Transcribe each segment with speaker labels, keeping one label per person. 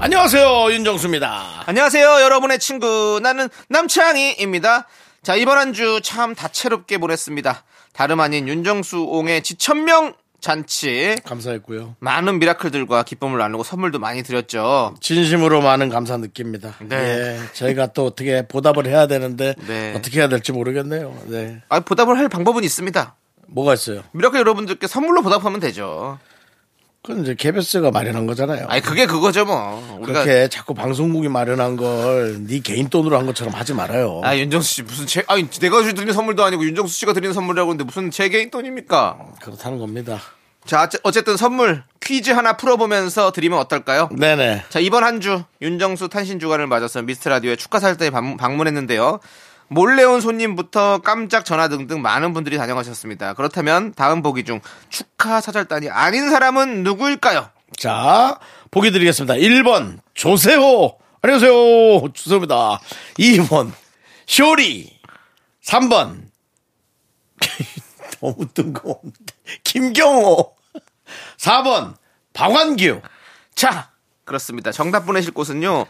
Speaker 1: 안녕하세요 윤정수입니다.
Speaker 2: 안녕하세요, 여러분의 친구. 나는 남창희입니다. 자, 이번 한 주 참 다채롭게 보냈습니다. 다름 아닌 윤정수 옹의 지천명 잔치.
Speaker 1: 감사했고요.
Speaker 2: 많은 미라클들과 기쁨을 나누고 선물도 많이 드렸죠.
Speaker 1: 진심으로 많은 감사 느낍니다.
Speaker 2: 네.
Speaker 1: 예, 저희가 또 어떻게 보답을 해야 되는데
Speaker 2: 네.
Speaker 1: 어떻게 해야 될지 모르겠네요. 네,
Speaker 2: 아, 보답을 할 방법은 있습니다.
Speaker 1: 뭐가 있어요?
Speaker 2: 미라클 여러분들께 선물로 보답하면 되죠.
Speaker 1: 그건 이제 KBS가 마련한 거잖아요.
Speaker 2: 아니, 그게 그거죠, 뭐. 우리가.
Speaker 1: 그렇게 자꾸 방송국이 마련한 걸 네 개인 돈으로 한 것처럼 하지 말아요.
Speaker 2: 아, 윤정수 씨, 무슨 제, 아니, 내가 드리는 선물도 아니고 윤정수 씨가 드리는 선물이라고 하는데 무슨 제 개인 돈입니까?
Speaker 1: 그렇다는 겁니다.
Speaker 2: 자, 어째- 어쨌든 선물 퀴즈 하나 풀어보면서 드리면 어떨까요?
Speaker 1: 네네.
Speaker 2: 자 이번 한 주 윤정수 탄신 주간을 맞아서 미스트 라디오에 축하 살때 방문했는데요. 몰래 온 손님부터 깜짝 전화 등등 많은 분들이 다녀가셨습니다. 그렇다면 다음 보기 중 축하 사절단이 아닌 사람은 누구일까요?
Speaker 1: 자, 보기 드리겠습니다. 1번, 조세호. 안녕하세요. 조세호입니다. 2번, 쇼리. 3번, 너무 뜬금없는데. 김경호. 4번, 박완규.
Speaker 2: 자 그렇습니다. 정답 보내실 곳은요.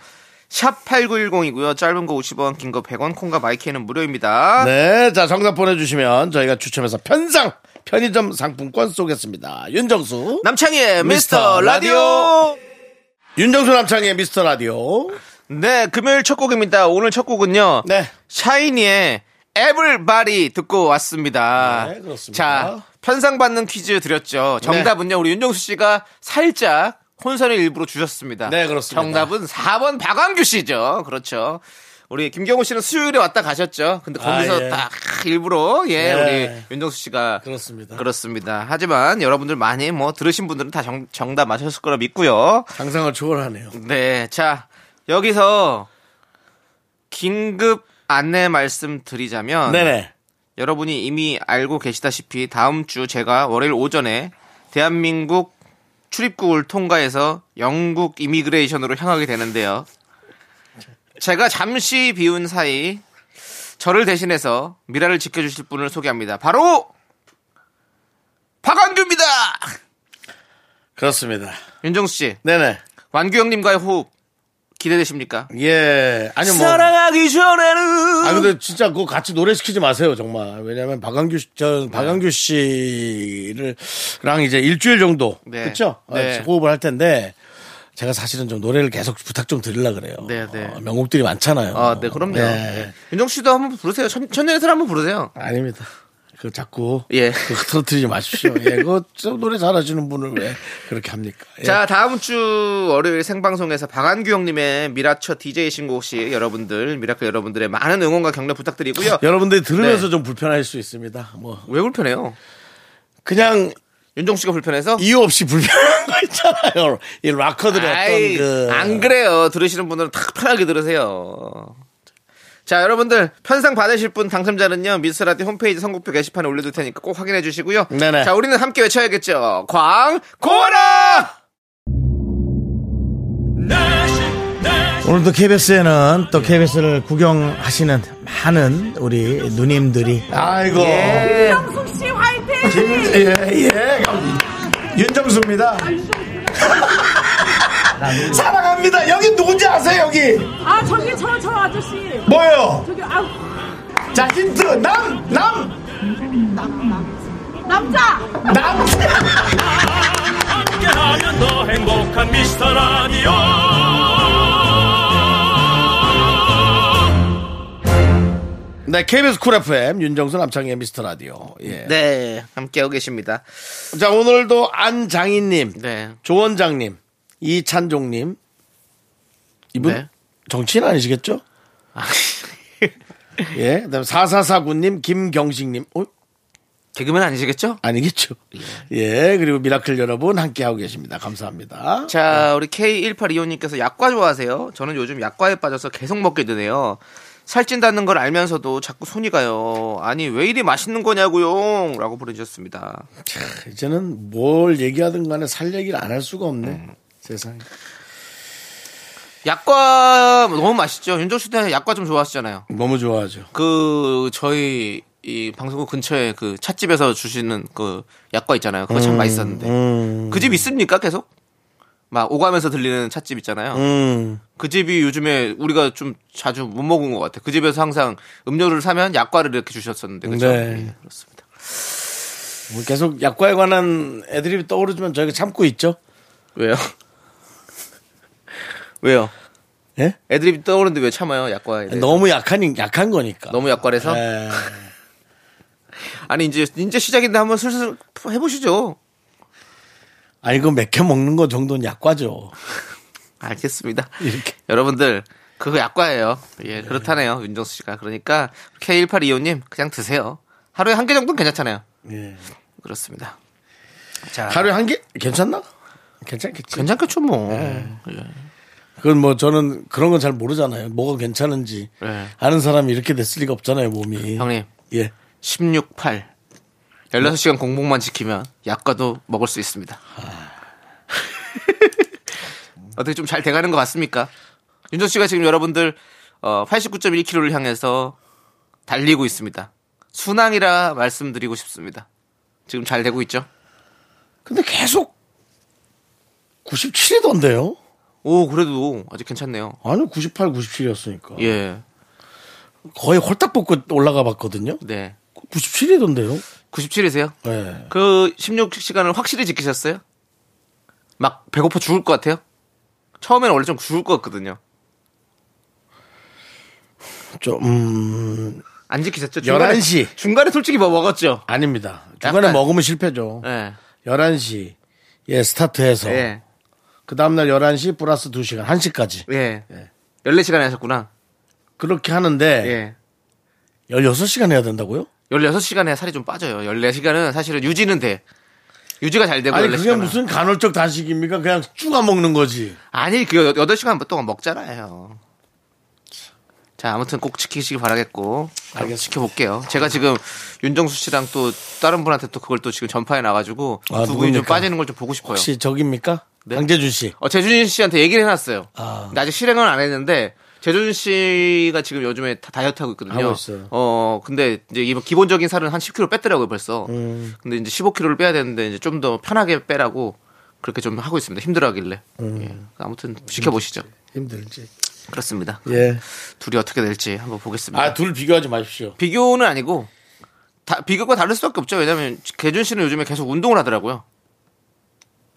Speaker 2: 샵 8910이고요. 짧은 거 50원, 긴 거 100원, 콩과 마이크는 무료입니다.
Speaker 1: 네, 자, 정답 보내주시면 저희가 추첨해서 편상, 편의점 상품권 쏘겠습니다. 윤정수.
Speaker 2: 남창희의
Speaker 1: 미스터
Speaker 2: 미스터 라디오.
Speaker 1: 윤정수 남창의 미스터 라디오.
Speaker 2: 네, 금요일 첫 곡입니다. 오늘 첫 곡은요.
Speaker 1: 네.
Speaker 2: 샤이니의 에블바리 듣고 왔습니다.
Speaker 1: 네, 그렇습니다.
Speaker 2: 자, 편상 받는 퀴즈 드렸죠. 정답은요. 우리 윤정수 씨가 살짝 혼선을 일부러 주셨습니다.
Speaker 1: 네, 그렇습니다.
Speaker 2: 정답은 4번 박완규 씨죠. 그렇죠. 우리 김경호 씨는 수요일에 왔다 가셨죠. 근데 거기서
Speaker 1: 아, 예.
Speaker 2: 딱 일부러 예,
Speaker 1: 네.
Speaker 2: 우리 윤정수 씨가
Speaker 1: 그렇습니다.
Speaker 2: 그렇습니다. 하지만 여러분들 많이 뭐 들으신 분들은 다 정, 정답 맞으셨을 거라 믿고요.
Speaker 1: 상상을 초월하네요.
Speaker 2: 네, 자 여기서 긴급 안내 말씀 드리자면
Speaker 1: 네네.
Speaker 2: 여러분이 이미 알고 계시다시피 다음 주 제가 월요일 오전에 대한민국 출입국을 통과해서 영국 이미그레이션으로 향하게 되는데요. 제가 잠시 비운 사이 저를 대신해서 미라를 지켜주실 분을 소개합니다. 바로 박완규입니다.
Speaker 1: 그렇습니다.
Speaker 2: 윤정수 씨,
Speaker 1: 네네.
Speaker 2: 완규 형님과의 호흡 기대되십니까?
Speaker 1: 예. 아니, 뭐.
Speaker 2: 사랑하기 전에는
Speaker 1: 아 근데 진짜 그거 같이 노래 시키지 마세요 정말 왜냐하면 박완규 씨-
Speaker 2: 네.
Speaker 1: 전 박완규 씨를랑 이제 일주일 정도
Speaker 2: 네.
Speaker 1: 그렇죠 아,
Speaker 2: 네.
Speaker 1: 호흡을 할 텐데 제가 사실은 좀 노래를 계속 부탁 좀 드리려 그래요
Speaker 2: 네, 네.
Speaker 1: 어, 명곡들이 많잖아요
Speaker 2: 아, 네, 그럼요.
Speaker 1: 네.
Speaker 2: 윤정 씨도 한번 부르세요. 천, 천년의 사람 한번 부르세요.
Speaker 1: 아닙니다 그 자꾸
Speaker 2: 예.
Speaker 1: 그거 틀어뜨리지 마십시오 예 그거 좀 노래 잘하시는 분을 왜 그렇게 합니까 예.
Speaker 2: 자, 다음 주 월요일 생방송에서 박한규 형님의 미라처 DJ 신곡 시 여러분들, 미라클 여러분들의 많은 응원과 격려 부탁드리고요.
Speaker 1: 여러분들이 들으면서
Speaker 2: 네.
Speaker 1: 좀 불편할 수 있습니다 뭐
Speaker 2: 왜 불편해요?
Speaker 1: 그냥
Speaker 2: 윤정 씨가 불편해서?
Speaker 1: 이유 없이 불편한 거 있잖아요 이 락커들의
Speaker 2: 아이,
Speaker 1: 어떤 그
Speaker 2: 안 그래요. 들으시는 분들은 다 편하게 들으세요. 자, 여러분들 편상 받으실 분 당첨자는요. 미스라디 홈페이지 선곡표 게시판에 올려둘 테니까 꼭 확인해 주시고요.
Speaker 1: 네네.
Speaker 2: 자, 우리는 함께 외쳐야겠죠. 광고라!
Speaker 3: 오늘도 KBS에는 또 KBS를 구경하시는 많은 우리 누님들이
Speaker 1: 아이고
Speaker 4: 윤정수 씨 화이팅!
Speaker 1: 예, 예. 윤정수입니다. 사랑합니다. 여기 누군지 아세요, 여기?
Speaker 4: 아 저기 저 저 아저씨
Speaker 1: 뭐요?
Speaker 4: 저기 아
Speaker 1: 자, 힌트. 남, 남,
Speaker 4: 남자
Speaker 1: 남.
Speaker 5: 함께하면 더 행복한 미스터 라디오
Speaker 1: 네, KBS 쿨 FM, 윤정수 남창희의 미스터 라디오. 예.
Speaker 2: 네, 함께하고 계십니다.
Speaker 1: 자, 오늘도 안장희님,
Speaker 2: 네.
Speaker 1: 조원장님, 이찬종님. 이분?
Speaker 2: 네.
Speaker 1: 정치인 아니시겠죠? 예. 그 다음 4449님, 김경식님. 어?
Speaker 2: 개그맨 아니시겠죠?
Speaker 1: 아니겠죠. 예, 그리고 미라클 여러분 함께하고 계십니다. 감사합니다.
Speaker 2: 자, 우리 K1825님께서 약과 좋아하세요? 저는 요즘 약과에 빠져서 계속 먹게 되네요. 살찐다는 걸 알면서도 자꾸 손이 가요. 아니, 왜 이리 맛있는 거냐고요? 라고 보내주셨습니다.
Speaker 1: 이제는 뭘 얘기하든 간에 살 얘기를 안 할 수가 없네. 음, 세상에.
Speaker 2: 약과 너무 맛있죠? 윤정수 씨는 약과 좀 좋아하시잖아요.
Speaker 1: 너무 좋아하죠.
Speaker 2: 그, 저희, 이 방송국 근처에 그 찻집에서 주시는 그 약과 있잖아요. 그거 참 맛있었는데. 그 집 있습니까? 계속? 막 오가면서 들리는 찻집 있잖아요.
Speaker 1: 음.
Speaker 2: 그 집이 요즘에 우리가 좀 자주 못 먹은 것 같아. 그 집에서 항상 음료를 사면 약과를 이렇게 주셨었는데 그렇죠.
Speaker 1: 네.
Speaker 2: 예, 그렇습니다.
Speaker 1: 뭐 계속 약과에 관한 애드립이 떠오르지만 저희가 참고 있죠.
Speaker 2: 왜요? 왜요?
Speaker 1: 예?
Speaker 2: 애드립이 떠오르는데 왜 참아요? 약과에 대해서.
Speaker 1: 너무 약한 네. 약한 거니까.
Speaker 2: 너무 약과라서
Speaker 1: 예.
Speaker 2: 아니 이제 이제 시작인데 한번 슬슬 해보시죠.
Speaker 1: 아니 그거 맥혀 먹는 거 정도는 약과죠.
Speaker 2: 알겠습니다.
Speaker 1: 이렇게.
Speaker 2: 여러분들 그거 약과예요. 예 그렇다네요 윤정수 씨가 그러니까 K1825님 그냥 드세요. 하루에 한 개 정도는 괜찮잖아요.
Speaker 1: 예.
Speaker 2: 그렇습니다. 자
Speaker 1: 하루에 한 개? 괜찮나? 아. 괜찮겠지.
Speaker 2: 괜찮겠죠 뭐.
Speaker 1: 네.
Speaker 2: 예.
Speaker 1: 그건 뭐 저는 그런 건 잘 모르잖아요. 뭐가 괜찮은지.
Speaker 2: 네.
Speaker 1: 아는 사람이 이렇게 됐을 리가 없잖아요, 몸이.
Speaker 2: 형님
Speaker 1: 예.
Speaker 2: 16, 8. 16시간 공복만 지키면 약과도 먹을 수 있습니다. 어떻게 좀 잘 돼가는 것 같습니까? 윤정 씨가 지금 여러분들 어, 89.1km를 향해서 달리고 있습니다. 순항이라 말씀드리고 싶습니다. 지금 잘 되고 있죠?
Speaker 1: 근데 계속 97이던데요?
Speaker 2: 오, 그래도 아직 괜찮네요.
Speaker 1: 아니, 98, 97이었으니까.
Speaker 2: 예,
Speaker 1: 거의 홀딱 벗고 올라가 봤거든요.
Speaker 2: 네.
Speaker 1: 97이던데요?
Speaker 2: 97이세요?
Speaker 1: 예.
Speaker 2: 그 16시간을 확실히 지키셨어요? 막 배고파 죽을 것 같아요? 처음에는 원래 좀 죽을 것 같거든요.
Speaker 1: 좀, 음,
Speaker 2: 안 지키셨죠?
Speaker 1: 11시.
Speaker 2: 중간에 솔직히 뭐 먹었죠?
Speaker 1: 아닙니다. 중간에
Speaker 2: 약간-
Speaker 1: 먹으면 실패죠.
Speaker 2: 예.
Speaker 1: 11시. 예, 스타트해서.
Speaker 2: 예.
Speaker 1: 그 다음날 11시 플러스 2시간, 1시까지.
Speaker 2: 예. 14시간 하셨구나.
Speaker 1: 그렇게 하는데,
Speaker 2: 예.
Speaker 1: 16시간 해야 된다고요?
Speaker 2: 16시간에 살이 좀 빠져요. 14시간은 사실은 유지는 돼. 유지가 잘 되고
Speaker 1: 아니,
Speaker 2: 14시간.
Speaker 1: 그게 무슨 간헐적 네. 단식입니까? 그냥 쭉 안 먹는 거지.
Speaker 2: 아니, 그 8시간 동안 먹잖아요. 자, 아무튼 꼭 지키시길 바라겠고.
Speaker 1: 알겠습니다.
Speaker 2: 지켜볼게요. 제가 지금 윤정수 씨랑 또 다른 분한테 또 그걸 또 지금 전파해 놔가지고
Speaker 1: 아,
Speaker 2: 두 분이 좀
Speaker 1: 누굽니까?
Speaker 2: 빠지는 걸 좀 보고 싶어요.
Speaker 1: 혹시 저깁니까? 강재준 씨.
Speaker 2: 어, 재준 씨한테 얘기를 해놨어요.
Speaker 1: 아.
Speaker 2: 근데 아직 실행은 안 했는데 재준 씨가 지금 요즘에 다 다이어트 하고 있거든요.
Speaker 1: 하고 있어요.
Speaker 2: 어, 근데 이제 이번 기본적인 살은 한 10kg 뺐더라고요 벌써.
Speaker 1: 음.
Speaker 2: 근데 이제 15kg를 빼야 되는데 이제 좀 더 편하게 빼라고 그렇게 좀 하고 있습니다. 힘들어하길래.
Speaker 1: 음.
Speaker 2: 예. 아무튼 지켜보시죠.
Speaker 1: 힘들지.
Speaker 2: 그렇습니다.
Speaker 1: 예.
Speaker 2: 둘이 어떻게 될지 한번 보겠습니다.
Speaker 1: 아, 둘 비교하지 마십시오.
Speaker 2: 비교는 아니고 다, 비교가 다를 수밖에 없죠. 왜냐하면 개준 씨는 요즘에 계속 운동을 하더라고요.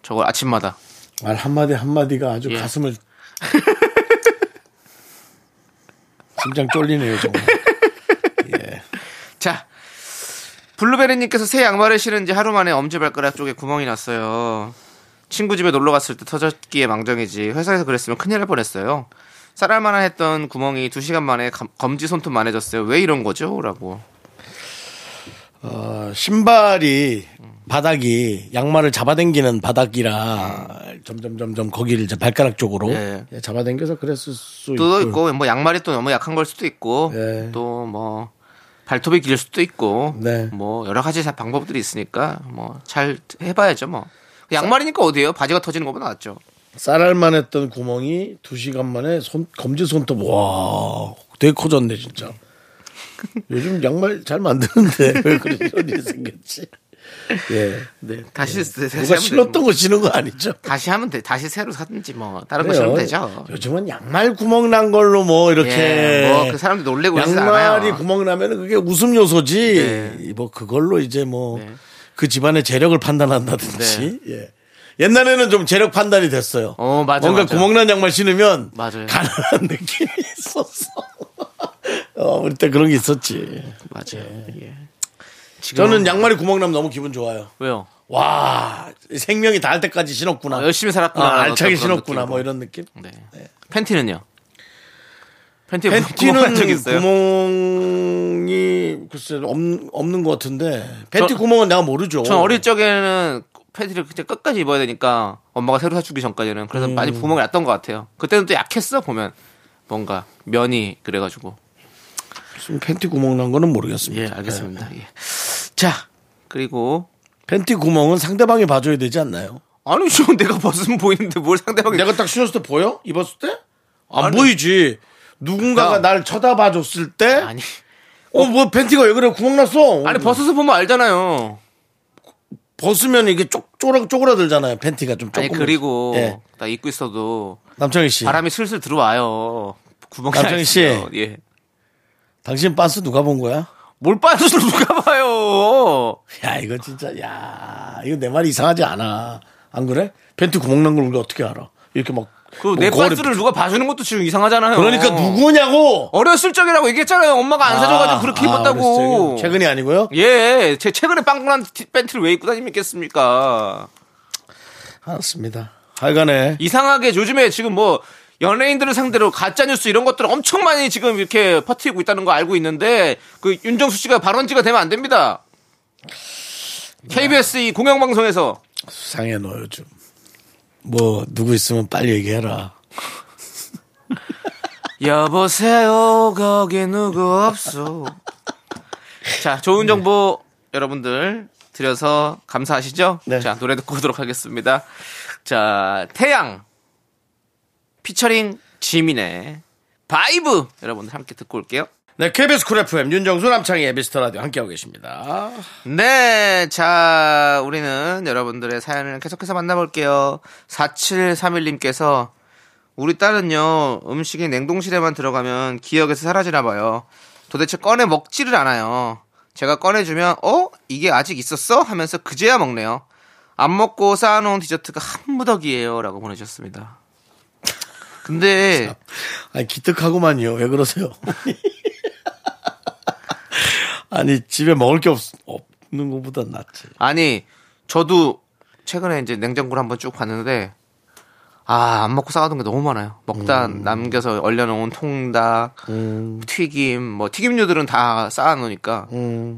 Speaker 2: 저거 아침마다.
Speaker 1: 말 한마디 한마디가 아주
Speaker 2: 예.
Speaker 1: 가슴을. 심장 쫄리네요, 정말. 예.
Speaker 2: 자. 블루베리님께서 새 양말을 신은 지 하루 만에 엄지발가락 쪽에 구멍이 났어요. 친구 집에 놀러 갔을 때 터졌기에 망정이지 회사에서 그랬으면 큰일 날 뻔했어요. 쌀알 만한 했던 구멍이 두 시간 만에 감- 검지 손톱만 해졌어요. 왜 이런 거죠? 라고.
Speaker 1: 어, 신발이, 바닥이, 양말을 잡아당기는 바닥이라 점점, 점점 거기를 이제 발가락 쪽으로
Speaker 2: 예.
Speaker 1: 예, 잡아당겨서 그랬을 수
Speaker 2: 또
Speaker 1: 있고.
Speaker 2: 있고 뭐 양말이 또 너무 약한 걸 수도 있고
Speaker 1: 예.
Speaker 2: 또 뭐 발톱이 길 수도 있고
Speaker 1: 네.
Speaker 2: 뭐 여러 가지 다 방법들이 있으니까 뭐 잘 해봐야죠 뭐 양말이니까 어디예요 바지가 터지는 것보다 낫죠
Speaker 1: 쌀알만 했던 구멍이 두 시간 만에 손, 검지 손톱, 와, 되게 커졌네, 진짜. 요즘 양말 잘 만드는데 왜 그런 일이 생겼지? 예.
Speaker 2: 네 다시 다시
Speaker 1: 누가
Speaker 2: 하면 되죠,
Speaker 1: 신었던
Speaker 2: 뭐.
Speaker 1: 거 신은 거 아니죠?
Speaker 2: 다시 하면 돼 다시 새로 사든지 뭐 다른 거
Speaker 1: 그래요.
Speaker 2: 신으면 되죠
Speaker 1: 요즘은 양말 구멍 난 걸로 뭐 이렇게.
Speaker 2: 예, 뭐그 사람들 놀래고 그러진
Speaker 1: 양말이
Speaker 2: 않아요.
Speaker 1: 구멍 나면 그게 웃음 요소지. 뭐 그걸로 이제 뭐 그
Speaker 2: 네.
Speaker 1: 집안의 재력을 판단한다든지. 예. 옛날에는 좀 재력 판단이 됐어요.
Speaker 2: 어, 맞아,
Speaker 1: 뭔가
Speaker 2: 맞아.
Speaker 1: 구멍난 양말 신으면
Speaker 2: 맞아요.
Speaker 1: 가난한 느낌이 있었어. 어, 우리 때 그런 게 있었지.
Speaker 2: 맞아요 예. 지금
Speaker 1: 저는 양말이 구멍 나면 너무 기분 좋아요.
Speaker 2: 왜요
Speaker 1: 와 생명이 닿을 때까지 신었구나.
Speaker 2: 아, 열심히 살았구나.
Speaker 1: 아, 알차게
Speaker 2: 어떤 그런
Speaker 1: 신었구나.
Speaker 2: 느낌으로.
Speaker 1: 뭐 이런 느낌.
Speaker 2: 네. 팬티는요 팬티에 구멍 난
Speaker 1: 팬티는
Speaker 2: 적 있어요?
Speaker 1: 구멍이 글쎄 없- 없는 것 같은데 팬티 구멍은 내가 모르죠.
Speaker 2: 전 어릴 적에는 팬티를 그때 끝까지 입어야 되니까 엄마가 새로 사주기 전까지는 그래서
Speaker 1: 음.
Speaker 2: 많이 구멍이 났던 것 같아요. 그때는 또 약했어 보면 뭔가 면이 그래가지고
Speaker 1: 지금 팬티 구멍 난 거는 모르겠습니다. 네.
Speaker 2: 예 알겠습니다. 예. 자 그리고
Speaker 1: 팬티 구멍은 상대방이 봐줘야 되지 않나요?
Speaker 2: 아니 지금 내가 벗으면 보이는데 뭘 상대방이
Speaker 1: 내가 딱 신었을 때 보여? 입었을 때? 안
Speaker 2: 아니.
Speaker 1: 보이지. 누군가가
Speaker 2: 야.
Speaker 1: 날 쳐다봐줬을 때,
Speaker 2: 아니
Speaker 1: 어 뭐 팬티가 왜 그래 구멍 났어?
Speaker 2: 아니 벗어서 보면 알잖아요.
Speaker 1: 벗으면 이게 쪽쪼라 쪼그라들잖아요. 팬티가 좀 조금.
Speaker 2: 아니 그리고
Speaker 1: 예.
Speaker 2: 나 입고 있어도
Speaker 1: 남창희 씨,
Speaker 2: 바람이 슬슬 들어와요. 구멍이
Speaker 1: 남창희
Speaker 2: 날
Speaker 1: 씨.
Speaker 2: 있어요. 예.
Speaker 1: 당신 빤스 누가 본 거야?
Speaker 2: 뭘 빠져서 누가 봐요.
Speaker 1: 야 이거 진짜 야 이거 내 말이 이상하지 않아 안 그래? 팬티 구멍 난 걸 우리가 어떻게 알아? 이렇게 막
Speaker 2: 그내
Speaker 1: 뭐 거울에
Speaker 2: 빤스를 누가 봐주는 것도 지금 이상하잖아요.
Speaker 1: 그러니까 누구냐고
Speaker 2: 어렸을 적이라고 얘기했잖아요. 엄마가 안 사줘가지고
Speaker 1: 아,
Speaker 2: 그렇게
Speaker 1: 아,
Speaker 2: 입었다고.
Speaker 1: 그랬어요. 최근이 아니고요?
Speaker 2: 예, 제 최근에 빵꾸난 티- 팬티를 왜 입고 다니겠습니까?
Speaker 1: 알았습니다. 하여간에
Speaker 2: 이상하게 요즘에 지금 뭐 연예인들을 상대로 가짜 뉴스 이런 것들을 엄청 많이 지금 이렇게 퍼뜨리고 있다는 거 알고 있는데 그 윤정수 씨가 발언지가 되면 안 됩니다. KBS 이 공영방송에서
Speaker 1: 수상해 너 요즘 뭐 누구 있으면 빨리 얘기해라.
Speaker 2: 여보세요 거기 누구 없소 자 좋은 정보 여러분들 드려서 감사하시죠
Speaker 1: 네.
Speaker 2: 자 노래 듣고 오도록 하겠습니다 자 태양 피처링 지민의 바이브 여러분들 함께 듣고 올게요
Speaker 1: 네 KBS 쿨 FM 윤정수 남창희 에비스터 라디오 함께하고 계십니다.
Speaker 2: 네, 자, 우리는 여러분들의 사연을 계속해서 만나볼게요. 4731님께서 우리 딸은요, 음식이 냉동실에만 들어가면 기억에서 사라지나 봐요. 도대체 꺼내 먹지를 않아요. 제가 꺼내주면, 어? 이게 아직 있었어? 하면서 그제야 먹네요. 안 먹고 쌓아놓은 디저트가 한 무더기예요. 라고 보내주셨습니다. 근데,
Speaker 1: 아니 기특하고만요. 왜 그러세요? 아니 집에 먹을 게 없, 없는 것보다 낫지.
Speaker 2: 아니 저도 최근에 이제 냉장고를 한번 쭉 봤는데 아 안 먹고 싸가던 게 너무 많아요. 먹다 남겨서 얼려놓은 통닭, 튀김, 뭐 튀김류들은 다 쌓아놓으니까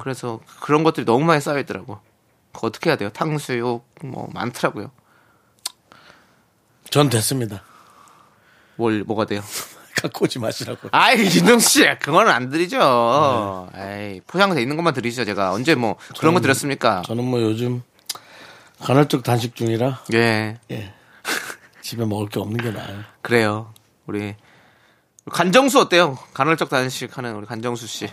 Speaker 2: 그래서 그런 것들이 너무 많이 쌓여있더라고. 그거 어떻게 해야 돼요? 탕수육 뭐 많더라고요.
Speaker 1: 전 됐습니다.
Speaker 2: 뭘 뭐가 돼요?
Speaker 1: 갖고 오지 마시라고.
Speaker 2: 아이 윤정 씨 그건 안 드리죠. 에이 포장돼 있는 것만 드리죠 제가 언제 뭐 그런 거 드렸습니까?
Speaker 1: 저는 뭐 요즘 간헐적 단식 중이라
Speaker 2: 예
Speaker 1: 예. 집에 먹을 게 없는 게 나아요.
Speaker 2: 그래요. 우리 간정수 어때요? 간헐적 단식하는 우리 간정수 씨.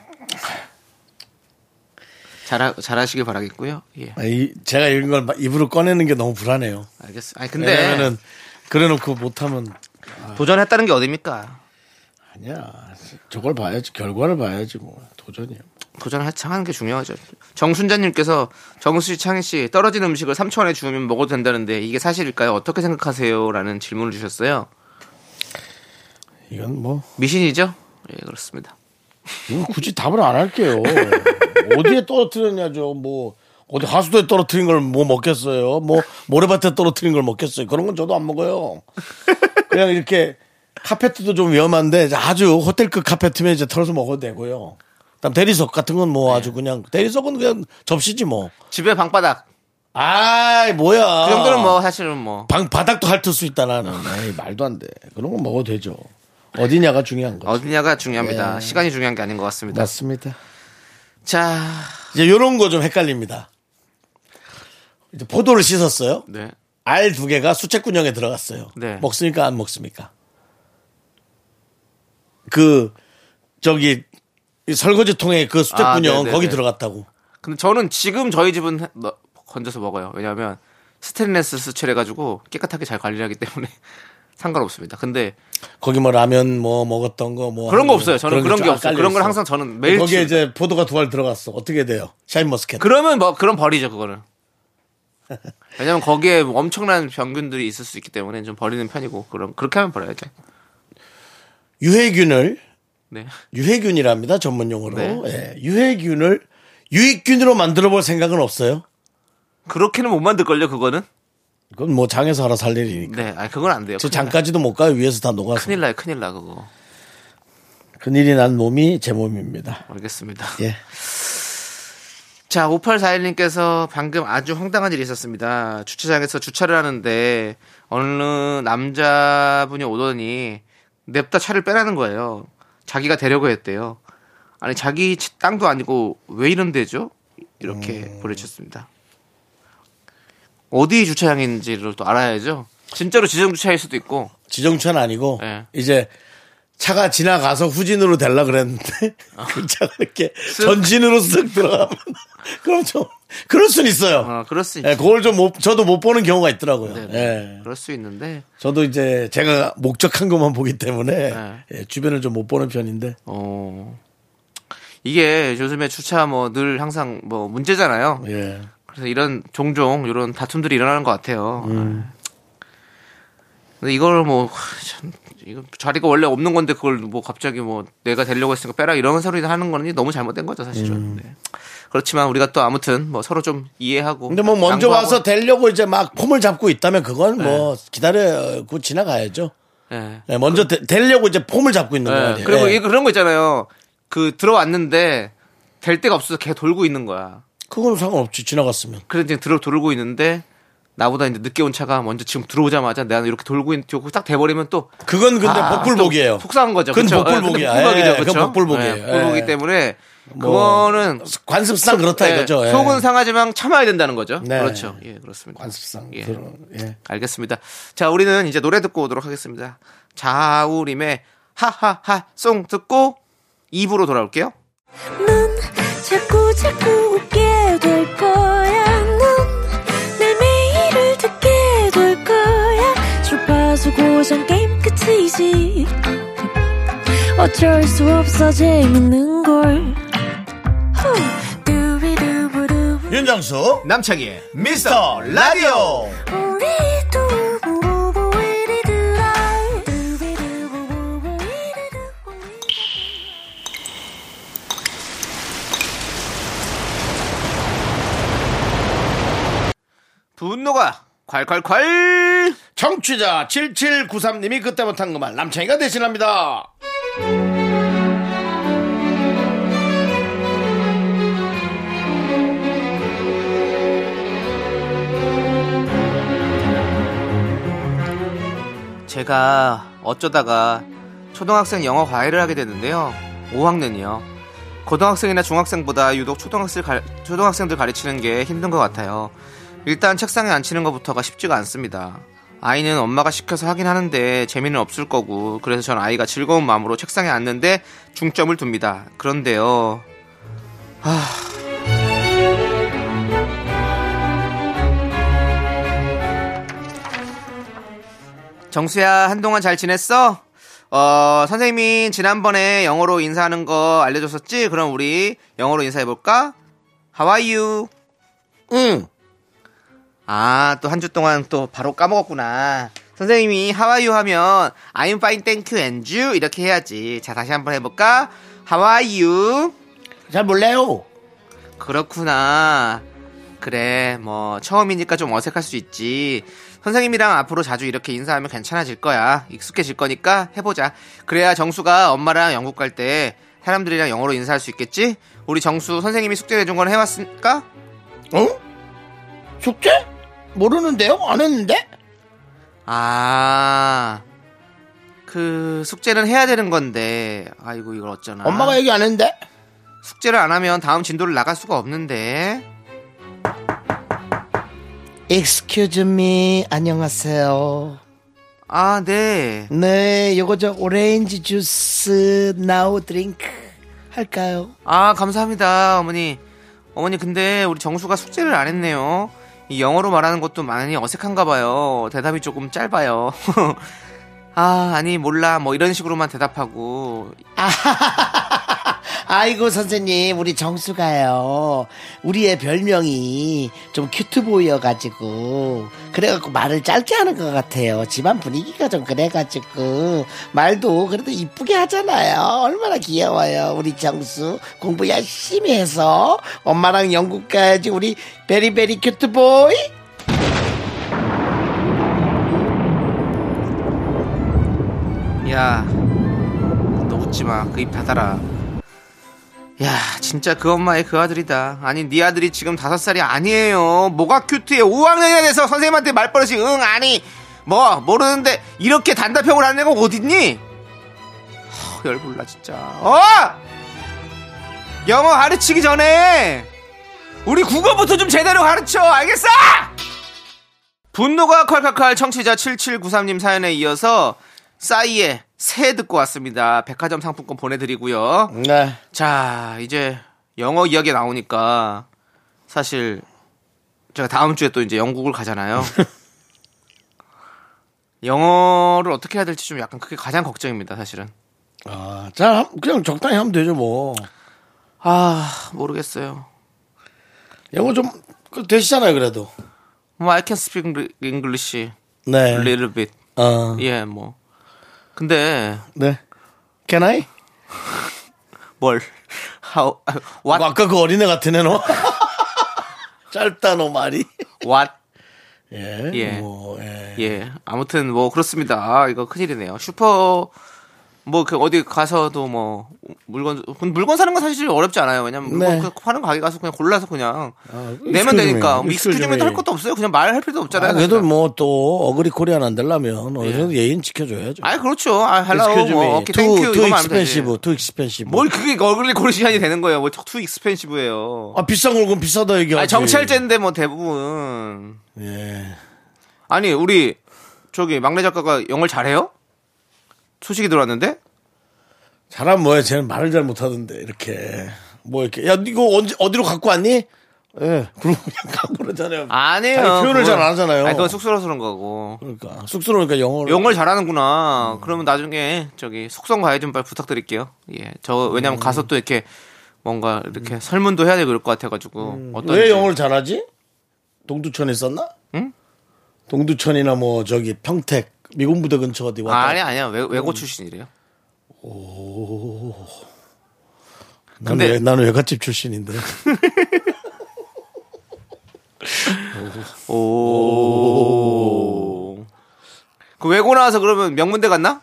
Speaker 2: 잘하, 잘하시길 바라겠고요. 예.
Speaker 1: 아, 이- 제가 읽은 걸 막 입으로 꺼내는 게 너무 불안해요.
Speaker 2: 알겠습니다. 아니
Speaker 1: 왜냐면은
Speaker 2: 근데
Speaker 1: 그래놓고 못하면
Speaker 2: 도전했다는 게 어딥니까?
Speaker 1: 아니야. 저걸 봐야지 결과를 봐야지 뭐 도전이요.
Speaker 2: 도전을 하는 게 중요하죠. 정순자님께서 정수 씨, 창희 씨 떨어진 음식을 3초 안에 주우면 먹어도 된다는데 이게 사실일까요? 어떻게 생각하세요? 라는 질문을 주셨어요.
Speaker 1: 이건 뭐
Speaker 2: 미신이죠? 예, 그렇습니다.
Speaker 1: 이건 뭐 굳이 답을 안 할게요. 어디에 떨어뜨렸냐죠. 뭐 어디 하수도에 떨어뜨린 걸 뭐 먹겠어요. 뭐 모래밭에 떨어뜨린 걸 먹겠어요. 그런 건 저도 안 먹어요. 그냥 이렇게 카페트도 좀 위험한데 아주 호텔급 카페트면 이제 털어서 먹어도 되고요. 그다음 대리석 같은 건 뭐 아주 그냥 대리석은 그냥 접시지 뭐.
Speaker 2: 집에 방바닥.
Speaker 1: 아이 뭐야.
Speaker 2: 그 정도는 뭐 사실은 뭐
Speaker 1: 방 바닥도 핥을 수 있다 나는. 에이, 말도 안 돼. 그런 건 먹어도 되죠. 어디냐가 중요한 거죠.
Speaker 2: 어디냐가 중요합니다. 시간이 중요한 게 아닌 것 같습니다.
Speaker 1: 예. 맞습니다.
Speaker 2: 자,
Speaker 1: 이제 요런 거 좀 헷갈립니다. 이제 포도를 씻었어요.
Speaker 2: 네.
Speaker 1: 알 두 개가 수채꾼형에 들어갔어요.
Speaker 2: 네.
Speaker 1: 먹습니까? 안 먹습니까? 그 저기 이 설거지통에 그
Speaker 2: 아,
Speaker 1: 수채꾼형
Speaker 2: 네네네.
Speaker 1: 거기 들어갔다고.
Speaker 2: 근데 저는 지금 저희 집은 해- 너- 건져서 먹어요. 왜냐하면 스테인레스 수채를 해가지고 깨끗하게 잘 관리를 하기 때문에 상관없습니다. 근데
Speaker 1: 거기 뭐 라면 뭐 먹었던 거 뭐
Speaker 2: 그런 거
Speaker 1: 하는
Speaker 2: 없어요. 저는 그런
Speaker 1: 쫙
Speaker 2: 게 없어요.
Speaker 1: 깔려
Speaker 2: 그런 걸
Speaker 1: 있어.
Speaker 2: 항상 저는 매일
Speaker 1: 거기에
Speaker 2: 치-
Speaker 1: 이제 포도가 두 알 들어갔어. 어떻게 돼요? 샤인머스켓.
Speaker 2: 그러면 뭐 그런 버리죠 그거는. 왜냐면 거기에 뭐 엄청난 병균들이 있을 수 있기 때문에 좀 버리는 편이고 그럼 그렇게 하면 버려야죠.
Speaker 1: 유해균을
Speaker 2: 네.
Speaker 1: 유해균이랍니다 전문 용어로
Speaker 2: 네.
Speaker 1: 예, 유해균을 유익균으로 만들어 볼 생각은 없어요
Speaker 2: 그렇게는 못 만들 걸요 그거는.
Speaker 1: 그건 뭐 장에서 알아 살 일이니까
Speaker 2: 네. 아 그건 안 돼요.
Speaker 1: 저
Speaker 2: 큰일 나-
Speaker 1: 장까지도 못 가요 위에서 다 녹아서
Speaker 2: 큰일 나요 큰일 나 그거.
Speaker 1: 큰일이 난 몸이 제 몸입니다.
Speaker 2: 알겠습니다.
Speaker 1: 예.
Speaker 2: 자, 5841님께서 방금 아주 황당한 일이 있었습니다. 주차장에서 주차를 하는데 어느 남자분이 오더니 냅다 차를 빼라는 거예요. 자기가 대려고 했대요. 아니, 자기 땅도 아니고 왜 이런 데죠? 이렇게
Speaker 1: 음.
Speaker 2: 보내주셨습니다. 어디 주차장인지를 또 알아야죠. 진짜로 지정주차일 수도 있고.
Speaker 1: 지정차는 아니고
Speaker 2: 예.
Speaker 1: 이제 차가 지나가서 후진으로 될라 그랬는데
Speaker 2: 아.
Speaker 1: 그 차가 이렇게 전진으로 쓱 들어가면 그럼 좀 그럴 순 있어요.
Speaker 2: 아, 그럴 수 있죠.
Speaker 1: 예, 그걸 좀 못- 저도 못 보는 경우가 있더라고요.
Speaker 2: 네, 네.
Speaker 1: 예.
Speaker 2: 그럴 수 있는데,
Speaker 1: 저도 이제 제가 목적한 것만 보기 때문에
Speaker 2: 네.
Speaker 1: 예, 주변을 좀 못 보는 편인데
Speaker 2: 어, 이게 요즘에 주차 뭐 늘 항상 뭐 문제잖아요.
Speaker 1: 예.
Speaker 2: 그래서 이런 종종 이런 다툼들이 일어나는 것 같아요. 근데 이걸 뭐 하, 참, 이거 자리가 원래 없는 건데 그걸 뭐 갑자기 뭐 내가 되려고 했으니까 빼라 이런 소리 하는 거는 너무 잘못된 거죠 사실은. 네. 그렇지만 우리가 또 아무튼 뭐 서로 좀 이해하고.
Speaker 1: 근데 뭐 먼저
Speaker 2: 양보하고,
Speaker 1: 와서 되려고 이제 막 폼을 잡고 있다면 그건 뭐
Speaker 2: 네.
Speaker 1: 기다리고 지나가야죠.
Speaker 2: 예.
Speaker 1: 예, 먼저 되- 되려고 이제 폼을 잡고 있는 거
Speaker 2: 예.
Speaker 1: 아니에요.
Speaker 2: 그리고
Speaker 1: 예.
Speaker 2: 이 그런 거 있잖아요. 그 들어왔는데 될 데가 없어서 걔 돌고 있는 거야.
Speaker 1: 그건 상관없지 지나갔으면.
Speaker 2: 그래서 이제 들어 돌고 있는데 나보다 이제 늦게 온 차가 먼저 지금 들어오자마자 내가 이렇게 돌고 있는 뒤로 딱 돼버리면 또
Speaker 1: 그건 근데
Speaker 2: 아,
Speaker 1: 복불복이에요.
Speaker 2: 또 속상한 거죠.
Speaker 1: 그건
Speaker 2: 그쵸?
Speaker 1: 복불복이야.
Speaker 2: 예, 근데
Speaker 1: 예,
Speaker 2: 복불복이죠.
Speaker 1: 그건 복불복이에요.
Speaker 2: 예, 복불복이기
Speaker 1: 예.
Speaker 2: 때문에
Speaker 1: 뭐,
Speaker 2: 그거는
Speaker 1: 관습상 그렇다
Speaker 2: 예,
Speaker 1: 이거죠. 예.
Speaker 2: 속은 상하지만 참아야 된다는 거죠.
Speaker 1: 네.
Speaker 2: 그렇죠. 예, 그렇습니다.
Speaker 1: 관습상.
Speaker 2: 예.
Speaker 1: 그런- 예.
Speaker 2: 알겠습니다. 자, 우리는 이제 노래 듣고 오도록 하겠습니다. 자우림의 하하하 송 듣고 2부로 돌아올게요.
Speaker 6: 넌 자꾸 자꾸 웃게 될 거야. 넌내 매일을 듣게 될 거야. 주파수 고정 게임 끝이지. 어쩔 수 없어 재밌는 걸. 후. 두비두부두.
Speaker 3: 윤정수
Speaker 2: 남창희의
Speaker 3: 미스터 라디오
Speaker 6: 우리 두부부부 우리 두라. 두비두부부부 우리 두부부.
Speaker 2: 분노가 콸콸콸
Speaker 1: 정취자 7793님이 그때 못한 그만 남창이가 대신합니다.
Speaker 2: 제가 어쩌다가 초등학생 영어 과외를 하게 됐는데요. 5학년이요. 고등학생이나 중학생보다 유독 초등학생 가, 초등학생들 가르치는 게 힘든 것 같아요. 일단 책상에 앉히는 것부터가 쉽지가 않습니다. 아이는 엄마가 시켜서 하긴 하는데 재미는 없을 거고 그래서 전 아이가 즐거운 마음으로 책상에 앉는데 중점을 둡니다. 그런데요. 정수야 한동안 잘 지냈어? 어 선생님이 지난번에 영어로 인사하는 거 알려줬었지? 그럼 우리 영어로 인사해볼까? How are you? 응. 아 또 한 주 동안 또 바로 까먹었구나. 선생님이 How are you 하면 I'm fine, thank you, and you 이렇게 해야지. 자 다시 한번 해볼까? How are you?
Speaker 1: 잘 몰라요.
Speaker 2: 그렇구나. 그래, 뭐, 처음이니까 좀 어색할 수 있지. 선생님이랑 앞으로 자주 이렇게 인사하면 괜찮아질 거야. 익숙해질 거니까 해보자. 그래야 정수가 엄마랑 영국 갈 때 사람들이랑 영어로 인사할 수 있겠지? 우리 정수 선생님이 숙제 내준 건 해왔을까?
Speaker 1: 어? 숙제? 모르는데요? 안 했는데?
Speaker 2: 아, 그, 숙제는 해야 되는 건데. 아이고, 이걸 어쩌나.
Speaker 1: 엄마가 얘기 안 했는데?
Speaker 2: 숙제를 안 하면 다음 진도를 나갈 수가 없는데.
Speaker 1: Excuse me, 안녕하세요.
Speaker 2: 아, 네.
Speaker 1: 네, 요거 저 오렌지 주스 나우 드링크 할까요?
Speaker 2: 아, 감사합니다, 어머니. 어머니, 근데 우리 정수가 숙제를 안 했네요. 이 영어로 말하는 것도 많이 어색한가 봐요. 대답이 조금 짧아요. 아, 아니, 몰라. 뭐 이런 식으로만 대답하고.
Speaker 1: 아이고 선생님 우리 정수가요 우리의 별명이 좀 큐트 보여가지고 그래갖고 말을 짧게 하는 것 같아요 집안 분위기가 좀 그래가지고 말도 그래도 이쁘게 하잖아요 얼마나 귀여워요 우리 정수 공부 열심히 해서 엄마랑 영국 가야지 우리 베리베리 큐트 보이
Speaker 2: 야, 너무 웃지 마. 그 입 닫아라. 야, 진짜 그 엄마의 그 아들이다. 아니, 네 아들이 지금 다섯 살이 아니에요. 뭐가 큐트해. 5학년이나 돼서 선생님한테 말버릇이 응, 아니, 뭐, 모르는데 이렇게 단답형을 하는 애가 어딨니? 하, 열불나, 진짜. 어! 영어 가르치기 전에 우리 국어부터 좀 제대로 가르쳐. 알겠어? 분노가 칼칼칼 청취자 7793님 사연에 이어서 싸이의 새 듣고 왔습니다. 백화점 상품권 보내드리고요.
Speaker 1: 네.
Speaker 2: 자, 이제 영어 이야기 나오니까 사실 제가 다음 주에 또 이제 영국을 가잖아요. 영어를 어떻게 해야 될지 좀 약간 그게 가장 걱정입니다, 사실은.
Speaker 1: 아, 잘 함- 그냥 적당히 하면 되죠 뭐.
Speaker 2: 아, 모르겠어요.
Speaker 1: 영어 좀 그, 되시잖아요 그래도.
Speaker 2: 뭐 I can speak English
Speaker 1: 네.
Speaker 2: a little bit.
Speaker 1: 어.
Speaker 2: 예, 뭐. 근데
Speaker 1: 네. Can I?
Speaker 2: 뭘 how what
Speaker 1: 아까 그 어린애 같은 애 너. 짧다 너 말이.
Speaker 2: what
Speaker 1: 예.
Speaker 2: 예.
Speaker 1: 뭐, 예.
Speaker 2: 예 아무튼 뭐 그렇습니다 아, 이거 큰일이네요 슈퍼 뭐 그 어디 가서도 뭐 물건 근 물건 사는 건 사실 어렵지 않아요 왜냐면 물건
Speaker 1: 네. 아,
Speaker 2: 그 파는 가게 가서 그냥 골라서 그냥
Speaker 1: 익스큐즈
Speaker 2: 내면 되니까
Speaker 1: 미, 익스큐즈
Speaker 2: 익스큐즈미도 할
Speaker 1: 미.
Speaker 2: 것도 없어요 그냥 말할 필요도 없잖아요
Speaker 1: 아, 그래도 뭐 또 어그리 코리안 안 되려면 어느 정도 예의는 지켜줘야죠.
Speaker 2: 아 그렇죠 아 헬로
Speaker 1: Excuse me.
Speaker 2: 뭐 오케이
Speaker 1: Too-
Speaker 2: 땡큐
Speaker 1: too
Speaker 2: 이거만 하면 되지
Speaker 1: expensive, too expensive.
Speaker 2: 뭘 그게 얼굴이 고르 시간이 되는 거예요 뭐투 익스펜시브예요
Speaker 1: 아 비싼 걸 그럼 비싸다 얘기하지.
Speaker 2: 아 정찰제인데 뭐 대부분
Speaker 1: 예.
Speaker 2: 아니 우리 저기 막내 작가가 영어를 잘해요? 소식이 들어왔는데
Speaker 1: 잘하면 뭐야 쟤는 말을 잘 못하던데 이렇게 뭐 이렇게 야 이거 언제 어디로 갖고 왔니? 예. 그럼 그냥 갖고 그러잖아요.
Speaker 2: 아니에요.
Speaker 1: 아니, 표현을
Speaker 2: 그건-
Speaker 1: 잘 안 하잖아요.
Speaker 2: 아니, 그건 쑥스러워서 그런 거고.
Speaker 1: 그러니까 쑥스러우니까 영어를
Speaker 2: 영어를 잘하는구나. 그러면 나중에 저기 속성 과외 좀 빨리 부탁드릴게요. 예, 저
Speaker 1: 음.
Speaker 2: 왜냐면 가서 또 이렇게 뭔가 이렇게 설문도 해야 되고 그럴 것 같아가지고 어떤
Speaker 1: 음. 왜 영어를 잘하지? 동두천에 있었나?
Speaker 2: 응?
Speaker 1: 동두천이나 뭐 저기 평택 미군 부대 근처 어디 왔다.
Speaker 2: 아, 아니 아니야 외,
Speaker 1: 음.
Speaker 2: 외고 출신이래요.
Speaker 1: 나는
Speaker 2: 근데-
Speaker 1: 왜, 나는 외갓집 출신인데.
Speaker 2: 오. 그 외고 나와서 그러면 명문대 갔나?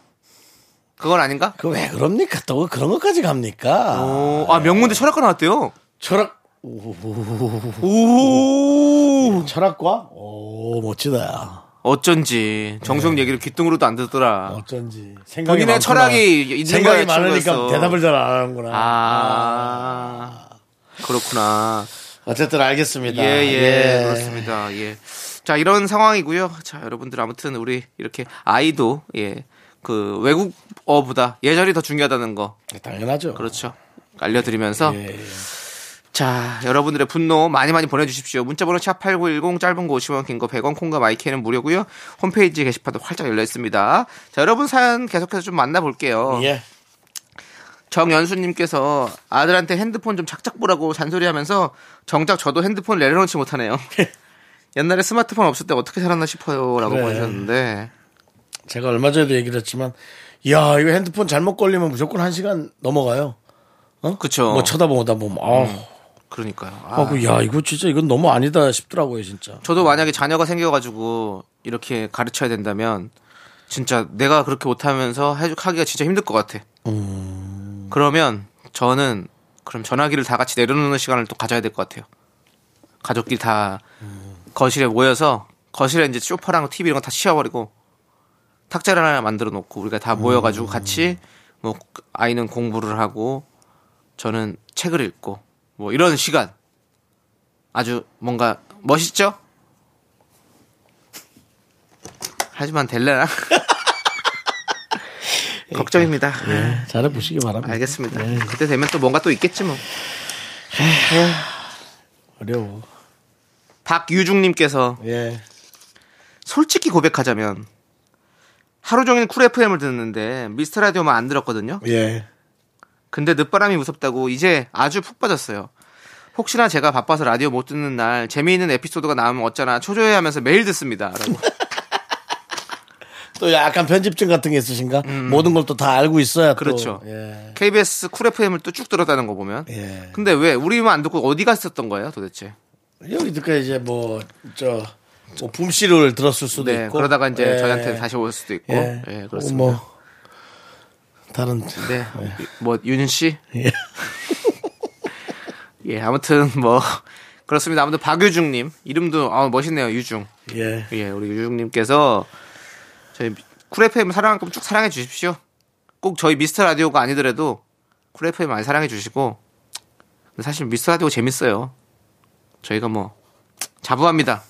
Speaker 2: 그건 아닌가?
Speaker 1: 그 왜 그럽니까? 또 그런 것까지 갑니까?
Speaker 2: 오, 아 명문대 철학과 나왔대요.
Speaker 1: 철학
Speaker 2: 오.
Speaker 1: 철학과? 오 멋지다.
Speaker 2: 어쩐지 정수영 얘기를 귓등으로도 안 듣더라.
Speaker 1: 네. 어쩐지 생각이
Speaker 2: 본인의
Speaker 1: 많구나.
Speaker 2: 철학이 있는
Speaker 1: 생각이
Speaker 2: 거야,
Speaker 1: 많으니까
Speaker 2: 친구였어.
Speaker 1: 대답을 잘 안 하는구나.
Speaker 2: 아, 그렇구나.
Speaker 1: 어쨌든 알겠습니다.
Speaker 2: 예, 예, 그렇습니다. 예. 자, 이런 상황이고요. 자, 여러분들 아무튼 우리 이렇게 아이도 예. 그 외국어보다 예절이 더 중요하다는 거.
Speaker 1: 당연하죠.
Speaker 2: 그렇죠. 알려드리면서
Speaker 1: 예, 예.
Speaker 2: 자, 여러분들의 분노 많이 많이 보내주십시오. 문자번호 샵8910 짧은 거 50원, 긴 거 100원, 콩과 마이크는 무료고요. 홈페이지 게시판도 활짝 열려 있습니다. 자, 여러분 사연 계속해서 좀 만나볼게요.
Speaker 1: 예.
Speaker 2: 정연수님께서 아들한테 핸드폰 좀 작작 보라고 잔소리하면서 정작 저도 핸드폰 내려놓지 못하네요. 옛날에 스마트폰 없을 때 어떻게 살았나 싶어요라고
Speaker 1: 그래.
Speaker 2: 보내셨는데
Speaker 1: 제가 얼마 전에도 얘기를 했지만, 야 이거 핸드폰 잘못 걸리면 무조건 한 시간 넘어가요. 어?
Speaker 2: 그쵸.
Speaker 1: 뭐 어, 쳐다보다 보면 아우,
Speaker 2: 그러니까요. 음. 아,
Speaker 1: 하고 야 이거 진짜 이건 너무 아니다 싶더라고요 진짜.
Speaker 2: 저도 만약에 자녀가 생겨가지고 이렇게 가르쳐야 된다면 진짜 내가 그렇게 못하면서 해- 하기가 진짜 힘들 것 같아. 그러면 저는 그럼 전화기를 다 같이 내려놓는 시간을 또 가져야 될 것 같아요. 가족끼리 다 거실에 모여서 거실에 이제 쇼파랑 TV 이런 거 다 치워버리고 탁자를 하나 만들어 놓고 우리가 다 모여가지고 같이 뭐 아이는 공부를 하고 저는 책을 읽고 뭐 이런 시간 아주 뭔가 멋있죠? 하지만 될래나? 걱정입니다.
Speaker 1: 잘해 보시기 바랍니다.
Speaker 2: 알겠습니다. 그때 되면 또 뭔가 또 있겠지 뭐.
Speaker 1: 어려워.
Speaker 2: 박유중님께서
Speaker 1: 예.
Speaker 2: 솔직히 고백하자면 하루 종일 쿨 FM을 듣는데 미스터 라디오만 안 들었거든요.
Speaker 1: 예.
Speaker 2: 근데 늦바람이 무섭다고 이제 아주 푹 빠졌어요. 혹시나 제가 바빠서 라디오 못 듣는 날 재미있는 에피소드가 나오면 어쩌나 초조해하면서 매일 듣습니다. 라고.
Speaker 1: 또 약간 편집증 같은 게 있으신가? 모든 걸 또 다 알고 있어야 또.
Speaker 2: 음. 그렇죠.
Speaker 1: 예.
Speaker 2: KBS 쿨 FM을 또 쭉 들었다는 거 보면.
Speaker 1: 예.
Speaker 2: 근데 왜 우리만 안 듣고 어디 갔었던 거예요 도대체?
Speaker 1: 여기 듣까 이제 뭐저 뭐 붐씨를 들었을 수도
Speaker 2: 네,
Speaker 1: 있고
Speaker 2: 그러다가 이제
Speaker 1: 예.
Speaker 2: 저희한테 다시 올 수도 있고. 예,
Speaker 1: 예,
Speaker 2: 그렇습니다.
Speaker 1: 뭐 다른
Speaker 2: 네. 뭐 윤 씨?
Speaker 1: 예.
Speaker 2: 예, 아무튼 뭐 그렇습니다. 아무튼 박유중 님, 이름도 아 멋있네요. 유중.
Speaker 1: 예.
Speaker 2: 예, 우리 유중 님께서 저희 쿨 FM 사랑할 거면 쭉 사랑해 주십시오. 꼭 저희 미스터 라디오가 아니더라도 쿨 FM 많이 사랑해 주시고 근데 사실 미스터 라디오 재밌어요. 저희가 뭐 자부합니다.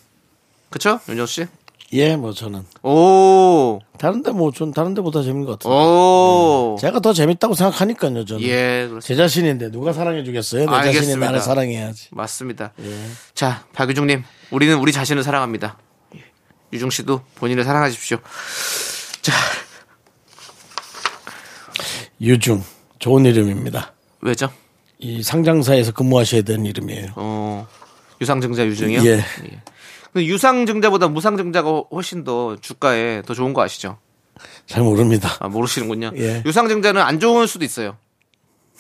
Speaker 2: 그쵸? 윤정 씨?
Speaker 1: 예, 뭐 저는
Speaker 2: 오,
Speaker 1: 다른데 뭐 전 다른데 보다 재밌는 것 같아요.
Speaker 2: 오,
Speaker 1: 어? 제가 더 재밌다고 생각하니까요, 저는.
Speaker 2: 예, 그렇습니다.
Speaker 1: 제 자신인데 누가 사랑해 주겠어요? 내 자신이
Speaker 2: 알겠습니다.
Speaker 1: 나를 사랑해야지.
Speaker 2: 맞습니다.
Speaker 1: 예.
Speaker 2: 자, 박유중님, 우리는 우리 자신을 사랑합니다.
Speaker 1: 예.
Speaker 2: 유중 씨도 본인을 사랑하십시오. 자,
Speaker 1: 유중 좋은 이름입니다.
Speaker 2: 왜죠?
Speaker 1: 이 상장사에서 근무하셔야 되는 이름이에요.
Speaker 2: 어, 유상증자 유중이요?
Speaker 1: 예.
Speaker 2: 근데 유상증자보다 무상증자가 훨씬 더 주가에 더 좋은 거 아시죠?
Speaker 1: 잘 모릅니다.
Speaker 2: 아, 모르시는군요.
Speaker 1: 예.
Speaker 2: 유상증자는 안 좋을 수도 있어요.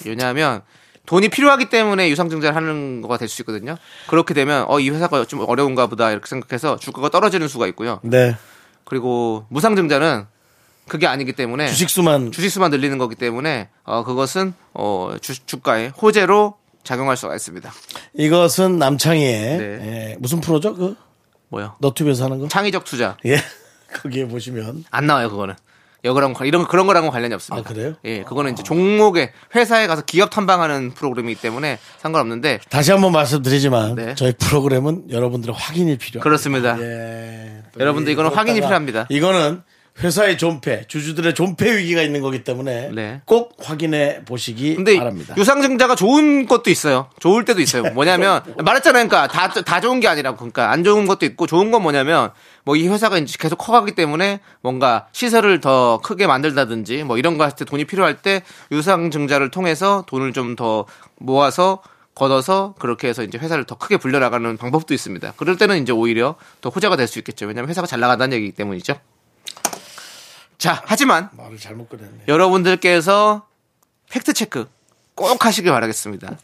Speaker 2: 왜냐하면 돈이 필요하기 때문에 유상증자를 하는 거가 될 수 있거든요. 그렇게 되면 어, 이 회사가 좀 어려운가 보다 이렇게 생각해서 주가가 떨어지는 수가 있고요.
Speaker 1: 네.
Speaker 2: 그리고 무상증자는 그게 아니기 때문에
Speaker 1: 주식수만
Speaker 2: 주식수만 늘리는 거기 때문에 어, 그것은 어, 주, 주가의 호재로 작용할 수가 있습니다.
Speaker 1: 이것은 남창희의
Speaker 2: 네.
Speaker 1: 예, 무슨 프로죠? 그
Speaker 2: 뭐요?
Speaker 1: 너튜브에서 하는 거?
Speaker 2: 창의적 투자
Speaker 1: 예. 거기에 보시면
Speaker 2: 안 나와요 그거는. 여거랑 이런 그런 거랑은 관련이 없습니다.
Speaker 1: 아, 그래요?
Speaker 2: 예, 그거는 이제 종목에 회사에 가서 기업 탐방하는 프로그램이기 때문에 상관없는데
Speaker 1: 다시 한번 말씀드리지만
Speaker 2: 네.
Speaker 1: 저희 프로그램은 여러분들의 확인이 필요합니다.
Speaker 2: 그렇습니다.
Speaker 1: 예. 또
Speaker 2: 여러분들 이거는
Speaker 1: 그렇다가
Speaker 2: 확인이 필요합니다.
Speaker 1: 이거는 회사의 존폐, 주주들의 존폐 위기가 있는 거기 때문에
Speaker 2: 네.
Speaker 1: 꼭 확인해 보시기
Speaker 2: 근데
Speaker 1: 바랍니다.
Speaker 2: 유상증자가 좋은 것도 있어요. 좋을 때도 있어요. 뭐냐면 말했잖아요. 그러니까 다 다 좋은 게 아니라고. 그러니까 안 좋은 것도 있고 좋은 건 뭐냐면 뭐 이 회사가 이제 계속 커가기 때문에 뭔가 시설을 더 크게 만들다든지 뭐 이런 거 할 때 돈이 필요할 때 유상증자를 통해서 돈을 좀 더 모아서 걷어서 그렇게 해서 이제 회사를 더 크게 불려나가는 방법도 있습니다. 그럴 때는 이제 오히려 더 호재가 될 수 있겠죠. 왜냐면 회사가 잘 나간다는 얘기이기 때문이죠. 자, 하지만
Speaker 1: 말을 잘못 꺼냈네.
Speaker 2: 여러분들께서 팩트 체크 꼭 하시길 바라겠습니다.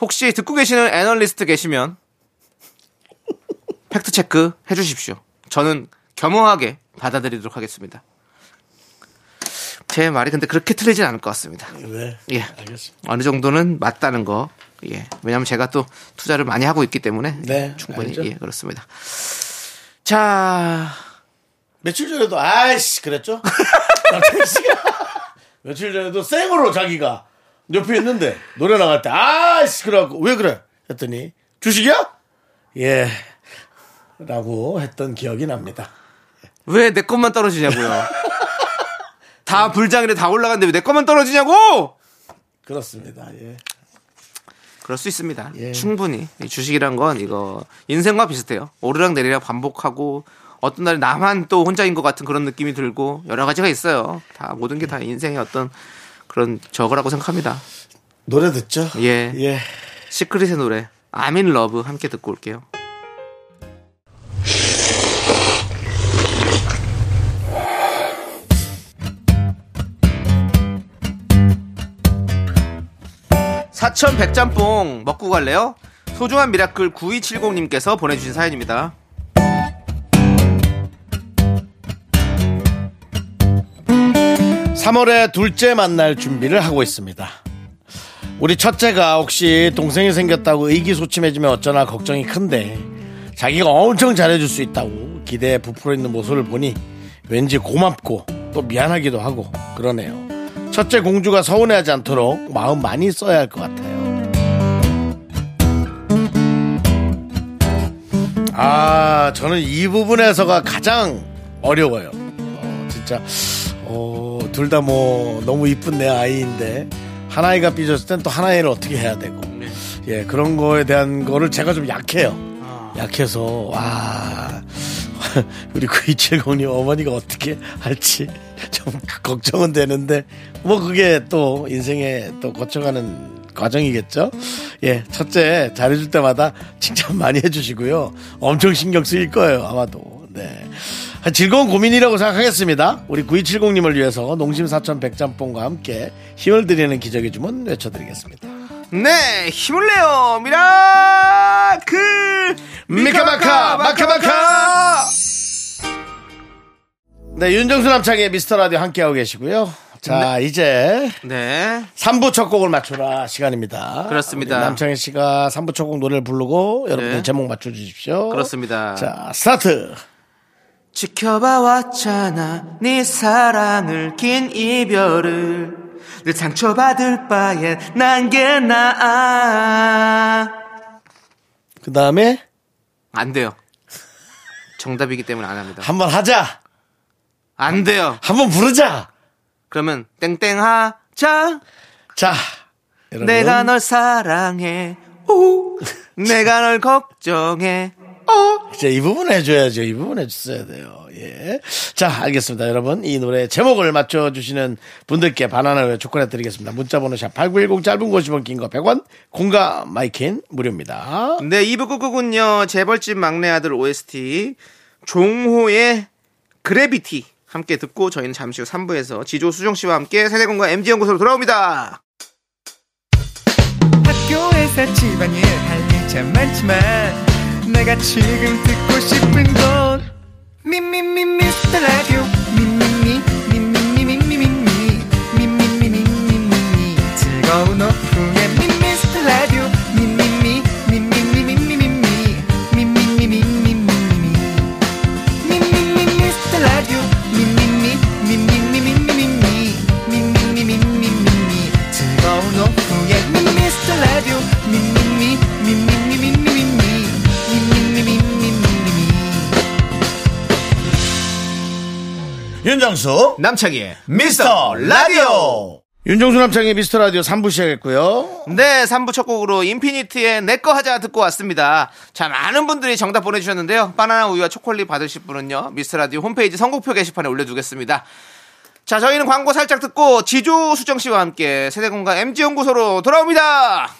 Speaker 2: 혹시 듣고 계시는 애널리스트 계시면 팩트 체크 해주십시오. 저는 겸허하게 받아들이도록 하겠습니다. 제 말이 근데 그렇게 틀리진 않을 것 같습니다.
Speaker 1: 네.
Speaker 2: 예.
Speaker 1: 알겠습니다.
Speaker 2: 어느 정도는 맞다는 거. 예. 왜냐면 제가 또 투자를 많이 하고 있기 때문에
Speaker 1: 네,
Speaker 2: 충분히
Speaker 1: 알죠.
Speaker 2: 예, 그렇습니다. 자,
Speaker 1: 며칠 전에도 아이씨 그랬죠? 남창희 씨가 며칠 전에도 생으로 자기가 옆에 있는데 노래 나갈 때 아이씨 그래갖고 왜 그래? 했더니 주식이야? 예. 라고 했던 기억이 납니다.
Speaker 2: 왜 내 것만 떨어지냐고요. 다 불장이래 다 올라갔는데 왜 내 것만 떨어지냐고!
Speaker 1: 그렇습니다. 예.
Speaker 2: 그럴 수 있습니다.
Speaker 1: 예.
Speaker 2: 충분히 이 주식이란 건 이거 인생과 비슷해요. 오르락 내리락 반복하고 어떤 날 나만 또 혼자인 것 같은 그런 느낌이 들고 여러 가지가 있어요. 다 모든 게 다 인생의 어떤 그런 저거라고 생각합니다.
Speaker 1: 노래 듣죠?
Speaker 2: 예.
Speaker 1: 예.
Speaker 2: 시크릿의 노래 아민 러브 함께 듣고 올게요. 사천 백짬뽕 먹고 갈래요? 소중한 미라클 9270님께서 보내주신 사연입니다.
Speaker 1: 삼월에 둘째 만날 준비를 하고 있습니다. 우리 첫째가 혹시 동생이 생겼다고 의기소침해지면 어쩌나 걱정이 큰데 자기가 엄청 잘해줄 수 있다고 기대에 부풀어 있는 모습을 보니 왠지 고맙고 또 미안하기도 하고 그러네요. 첫째 공주가 서운해하지 않도록 마음 많이 써야 할 것 같아요. 아, 저는 이 부분에서가 가장 어려워요. 어, 진짜 어, 둘 다 뭐 너무 이쁜 내 아이인데 한 아이가 삐졌을 땐 또 한 아이를 어떻게 해야 되고 예 그런 거에 대한 거를 제가 좀 약해요. 약해서 와 우리 구이채공님 어머니가 어떻게 할지 좀 걱정은 되는데 뭐 그게 또 인생에 또 거쳐가는 과정이겠죠. 예 첫째 잘해줄 때마다 칭찬 많이 해주시고요. 엄청 신경 쓰일 거예요 아마도. 네. 즐거운 고민이라고 생각하겠습니다. 우리 9270님을 위해서 농심 사천 백짬뽕과 함께 힘을 드리는 기적의 주문 외쳐드리겠습니다.
Speaker 2: 네, 힘을 내요, 미라클!
Speaker 1: 미카마카, 마카마카! 네, 윤정수 남창의 미스터 라디오 함께하고 계시고요. 자, 이제
Speaker 2: 네.
Speaker 1: 3부 첫 곡을 맞추라 시간입니다.
Speaker 2: 그렇습니다.
Speaker 1: 우리 남창희 씨가 3부 첫 곡 노래를 부르고 여러분들
Speaker 2: 네.
Speaker 1: 제목 맞춰주십시오.
Speaker 2: 그렇습니다.
Speaker 1: 자, 스타트!
Speaker 2: 지켜봐 왔잖아 네 사랑을 긴 이별을 늘 상처받을 바엔 난게 나아
Speaker 1: 그 다음에
Speaker 2: 안 돼요 정답이기 때문에 안 합니다
Speaker 1: 한번 하자!
Speaker 2: 안 돼요
Speaker 1: 한번 부르자!
Speaker 2: 그러면 땡땡하자
Speaker 1: 자, 여러분.
Speaker 2: 내가 널 사랑해 오 내가 널 걱정해
Speaker 1: 이제 이 부분 해줘야죠. 이 부분 해줬어야 돼요. 예. 자, 알겠습니다. 여러분, 이 노래 제목을 맞춰주시는 분들께 바나나와 초콜릿 드리겠습니다. 문자번호 샵8910 짧은 거 50원, 긴 거 100원, 공과 마이킨 무료입니다.
Speaker 2: 네, 2부 끝곡은요, 재벌집 막내 아들 OST, 종호의 그래비티. 함께 듣고 저희는 잠시 후 3부에서 지조 수정 씨와 함께 세대공과 MG연구소로 돌아옵니다.
Speaker 7: 학교에서 집안일 할 일 참 많지만 내가 지금 듣고 싶은 건 미미미 미스터 라디오 미미미 미미미 미미미 미미미 미미미 즐거운 오후에 미스터 라디오 미미미 미미미 미미미 미미미 미미미 미미미 미스터 라디오 미미미 미미미 미미미 미미미 미미미 즐거운 오후에 미스터 라디오 미미미 미미미 미미미 미미미 미미미
Speaker 3: 윤정수
Speaker 2: 남창희의.
Speaker 3: 미스터 라디오
Speaker 1: 윤종수 남창의 미스터 라디오 3부 시작했고요.
Speaker 2: 네, 3부 첫 곡으로 인피니트의 내꺼 하자 듣고 왔습니다. 참 많은 분들이 정답 보내주셨는데요. 바나나 우유와 초콜릿 받으실 분은요, 미스라디오 홈페이지 선곡표 게시판에 올려두겠습니다. 자, 저희는 광고 살짝 듣고 지조 수정 씨와 함께 세대공과 MG연구소로 돌아옵니다.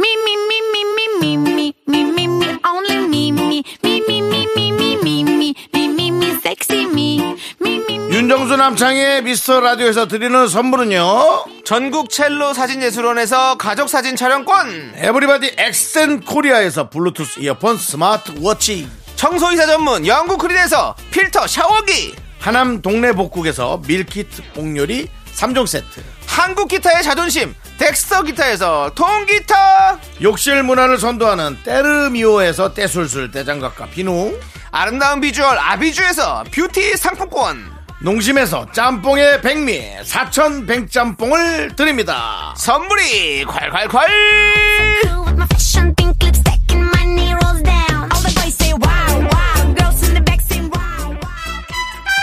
Speaker 6: Me, me, me, me, me, me, me, me, me, me, only me, me, me, me, me, me, me, me, me, me, me, me, sexy me, me, me, me.
Speaker 1: 윤정수 남창의 미스터 라디오에서 드리는 선물은요.
Speaker 2: 전국 첼로 사진예술원에서 가족 사진 촬영권,
Speaker 1: 에브리바디 엑센 코리아에서 블루투스 이어폰 스마트워치.
Speaker 2: 청소이사 전문 영국 크린에서 필터 샤워기,
Speaker 1: 하남 동네 복국에서 밀키트 복요리 3종 세트.
Speaker 2: 한국 기타의 자존심 덱스터 기타에서 통기타,
Speaker 1: 욕실 문화를 선도하는 때르미오에서 떼술술 떼장갑과 비누.
Speaker 2: 아름다운 비주얼 아비주에서 뷰티 상품권,
Speaker 1: 농심에서 짬뽕의 백미 사천 백짬뽕을 드립니다.
Speaker 2: 선물이 콸콸콸!
Speaker 6: Cool with my fashion, pink lipstick and my knee rolls down. All the boys say wow, wow. Girls in the back say wow, wow.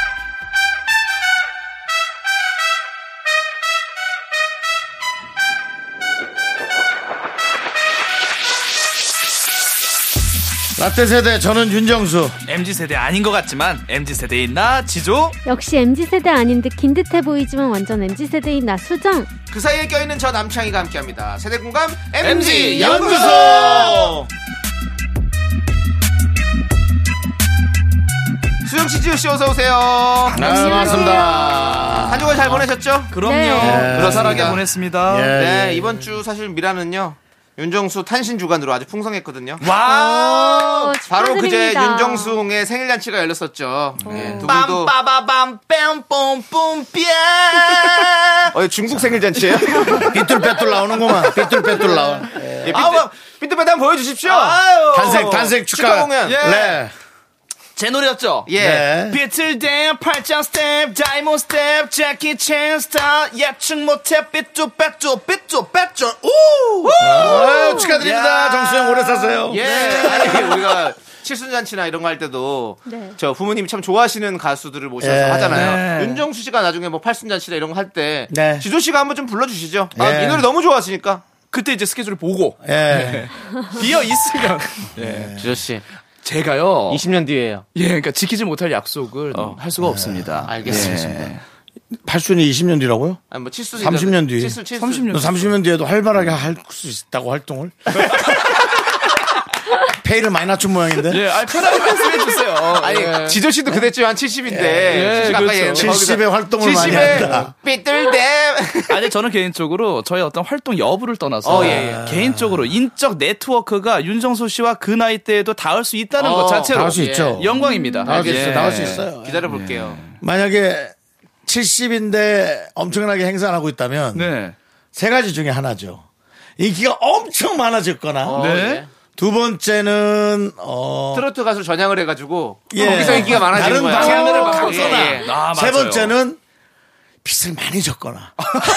Speaker 1: 라떼 세대 저는 윤정수.
Speaker 8: MZ 세대 아닌 것 같지만 MZ 세대인 나 지조
Speaker 9: 역시 MZ세대 아닌 듯 긴 듯해 보이지만 완전 MZ세대인 나 수정
Speaker 2: 그 사이에 껴있는 저 남창희가 함께합니다. 세대공감 MG
Speaker 1: MG
Speaker 2: 연구소. 수정 씨, 지우 씨 어서 오세요.
Speaker 1: 아,
Speaker 6: 네.
Speaker 1: 반갑습니다.
Speaker 2: 한 주간 잘 보내셨죠?
Speaker 8: 그럼요
Speaker 9: 네.
Speaker 8: 그사하게 보냈습니다
Speaker 1: 예,
Speaker 2: 네,
Speaker 1: 예.
Speaker 2: 이번 주 사실 미라는요. 윤정수 탄신 주간으로 아주 풍성했거든요.
Speaker 8: 와우
Speaker 9: 어,
Speaker 2: 바로 그제
Speaker 9: 축하드립니다.
Speaker 2: 윤정수의 생일 잔치가 열렸었죠. 네, 두 분도
Speaker 3: 빰빠바밤 뺨뽐뽐삐
Speaker 2: 어, 중국 생일 잔치예요?
Speaker 1: 삐뚤빼뚤 나오는구만. 삐뚤빼뚤 나와. 뭐.
Speaker 2: 예, 빈트, 빈트 배단 보여주십시오.
Speaker 1: 단색 단색 축하,
Speaker 2: 축하 공연.
Speaker 1: 네. 네.
Speaker 8: 제 노래였죠
Speaker 2: 예.
Speaker 1: 네.
Speaker 8: 비틀댐 팔짱 스텝 다이몬 스텝 재키 챈 스타 예측 못해 삐뚤빼뚤 삐뚤빼뚤 우
Speaker 1: 아유, 축하드립니다.
Speaker 8: 야.
Speaker 1: 정수영 네. 오래 사세요.
Speaker 2: 예. 아니, 우리가 칠순잔치나 이런 거 할 때도
Speaker 9: 네.
Speaker 2: 저 부모님이 참 좋아하시는 가수들을 모셔서
Speaker 1: 예.
Speaker 2: 하잖아요.
Speaker 8: 네.
Speaker 2: 윤정수 씨가 나중에 뭐 팔순잔치나 이런 거 할 때
Speaker 1: 네.
Speaker 2: 지조 씨가 한번 좀 불러주시죠. 아,
Speaker 1: 예.
Speaker 2: 이 노래 너무 좋아하시니까.
Speaker 8: 그때 이제 스케줄을 보고
Speaker 1: 예.
Speaker 8: 비어 있으면
Speaker 2: 지조 씨,
Speaker 8: 제가요
Speaker 2: 20년 뒤에요.
Speaker 8: 예 그러니까 지키지 못할 약속을
Speaker 10: 어.
Speaker 8: 할
Speaker 10: 네.
Speaker 8: 수가 없습니다
Speaker 2: 알겠습니다.
Speaker 8: 예.
Speaker 1: 팔순이 20년 뒤라고요?
Speaker 2: 아니 뭐 칠순
Speaker 1: 30년 뒤.
Speaker 2: 칠순 칠순.
Speaker 8: 30년
Speaker 1: 너 30년 뒤에도 활발하게 할 수 있다고 활동을? 페이를 많이 낮춘 모양인데.
Speaker 8: 예, 아 편하게 말씀해 주세요.
Speaker 2: 아니
Speaker 8: 예.
Speaker 2: 지조 씨도 그때쯤 한 70인데
Speaker 8: 예,
Speaker 2: 아,
Speaker 8: 그렇죠.
Speaker 1: 70의 활동을 많이 한다.
Speaker 2: 삐뚤댐.
Speaker 8: 아니 저는 개인적으로 저의 어떤 활동 여부를 떠나서
Speaker 2: 어, 예, 예.
Speaker 8: 개인적으로 인적 네트워크가 윤정수 씨와 그 나이 때에도 닿을 수 있다는
Speaker 2: 어,
Speaker 8: 것 자체로
Speaker 1: 나올 수 있죠.
Speaker 8: 영광입니다.
Speaker 1: 나올 수
Speaker 8: 예.
Speaker 1: 있어요. 나올 수 있어요.
Speaker 2: 기다려 볼게요.
Speaker 1: 만약에 70인데 엄청나게 행사를 하고 있다면
Speaker 7: 네.
Speaker 1: 세 가지 중에 하나죠. 인기가 엄청 많아졌거나
Speaker 8: 예.
Speaker 2: 어, 네.
Speaker 1: 두 번째는 어,
Speaker 2: 트로트 가수로 전향을 해가지고 뭐
Speaker 1: 예.
Speaker 2: 거기서 인기가 많아진
Speaker 1: 다른
Speaker 2: 거야.
Speaker 1: 방향으로
Speaker 2: 어,
Speaker 1: 갔구나.
Speaker 2: 예, 예.
Speaker 7: 아,
Speaker 1: 세
Speaker 7: 맞아요.
Speaker 1: 번째는 빚을 많이 졌거나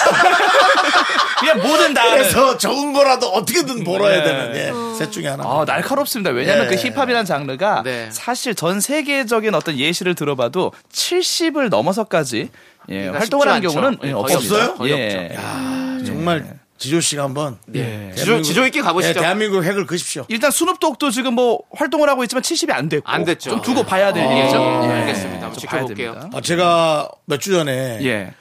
Speaker 7: 그냥 뭐든 다.
Speaker 1: 그래서 적은 거라도 어떻게든 벌어야
Speaker 7: 네.
Speaker 1: 되는 예, 셋 중에 하나.
Speaker 7: 아, 날카롭습니다. 왜냐하면
Speaker 1: 예.
Speaker 7: 그 힙합이라는 장르가
Speaker 2: 네.
Speaker 7: 사실 전 세계적인 어떤 예시를 들어봐도 70을 넘어서까지 예,
Speaker 2: 그러니까
Speaker 7: 활동을 하는
Speaker 2: 쉽지 않죠.
Speaker 7: 경우는
Speaker 2: 예,
Speaker 7: 예,
Speaker 2: 거의
Speaker 7: 없습니다.
Speaker 1: 없어요?
Speaker 2: 거의
Speaker 7: 예.
Speaker 1: 정말 지조 씨가 한번
Speaker 7: 예.
Speaker 2: 지조, 지조 있게
Speaker 1: 예,
Speaker 2: 가보시죠.
Speaker 1: 대한민국 핵을 그십시오.
Speaker 7: 일단 수눕독도 지금 뭐 활동을 하고 있지만 70이 안 됐고
Speaker 2: 안 됐죠.
Speaker 7: 좀 두고 봐야 될
Speaker 1: 어,
Speaker 2: 아,
Speaker 7: 일이죠.
Speaker 1: 네.
Speaker 2: 예. 알겠습니다. 한번
Speaker 7: 좀 봐야
Speaker 2: 지켜볼게요.
Speaker 7: 됩니다.
Speaker 1: 아, 제가 몇 주 전에
Speaker 2: 네.
Speaker 7: 예.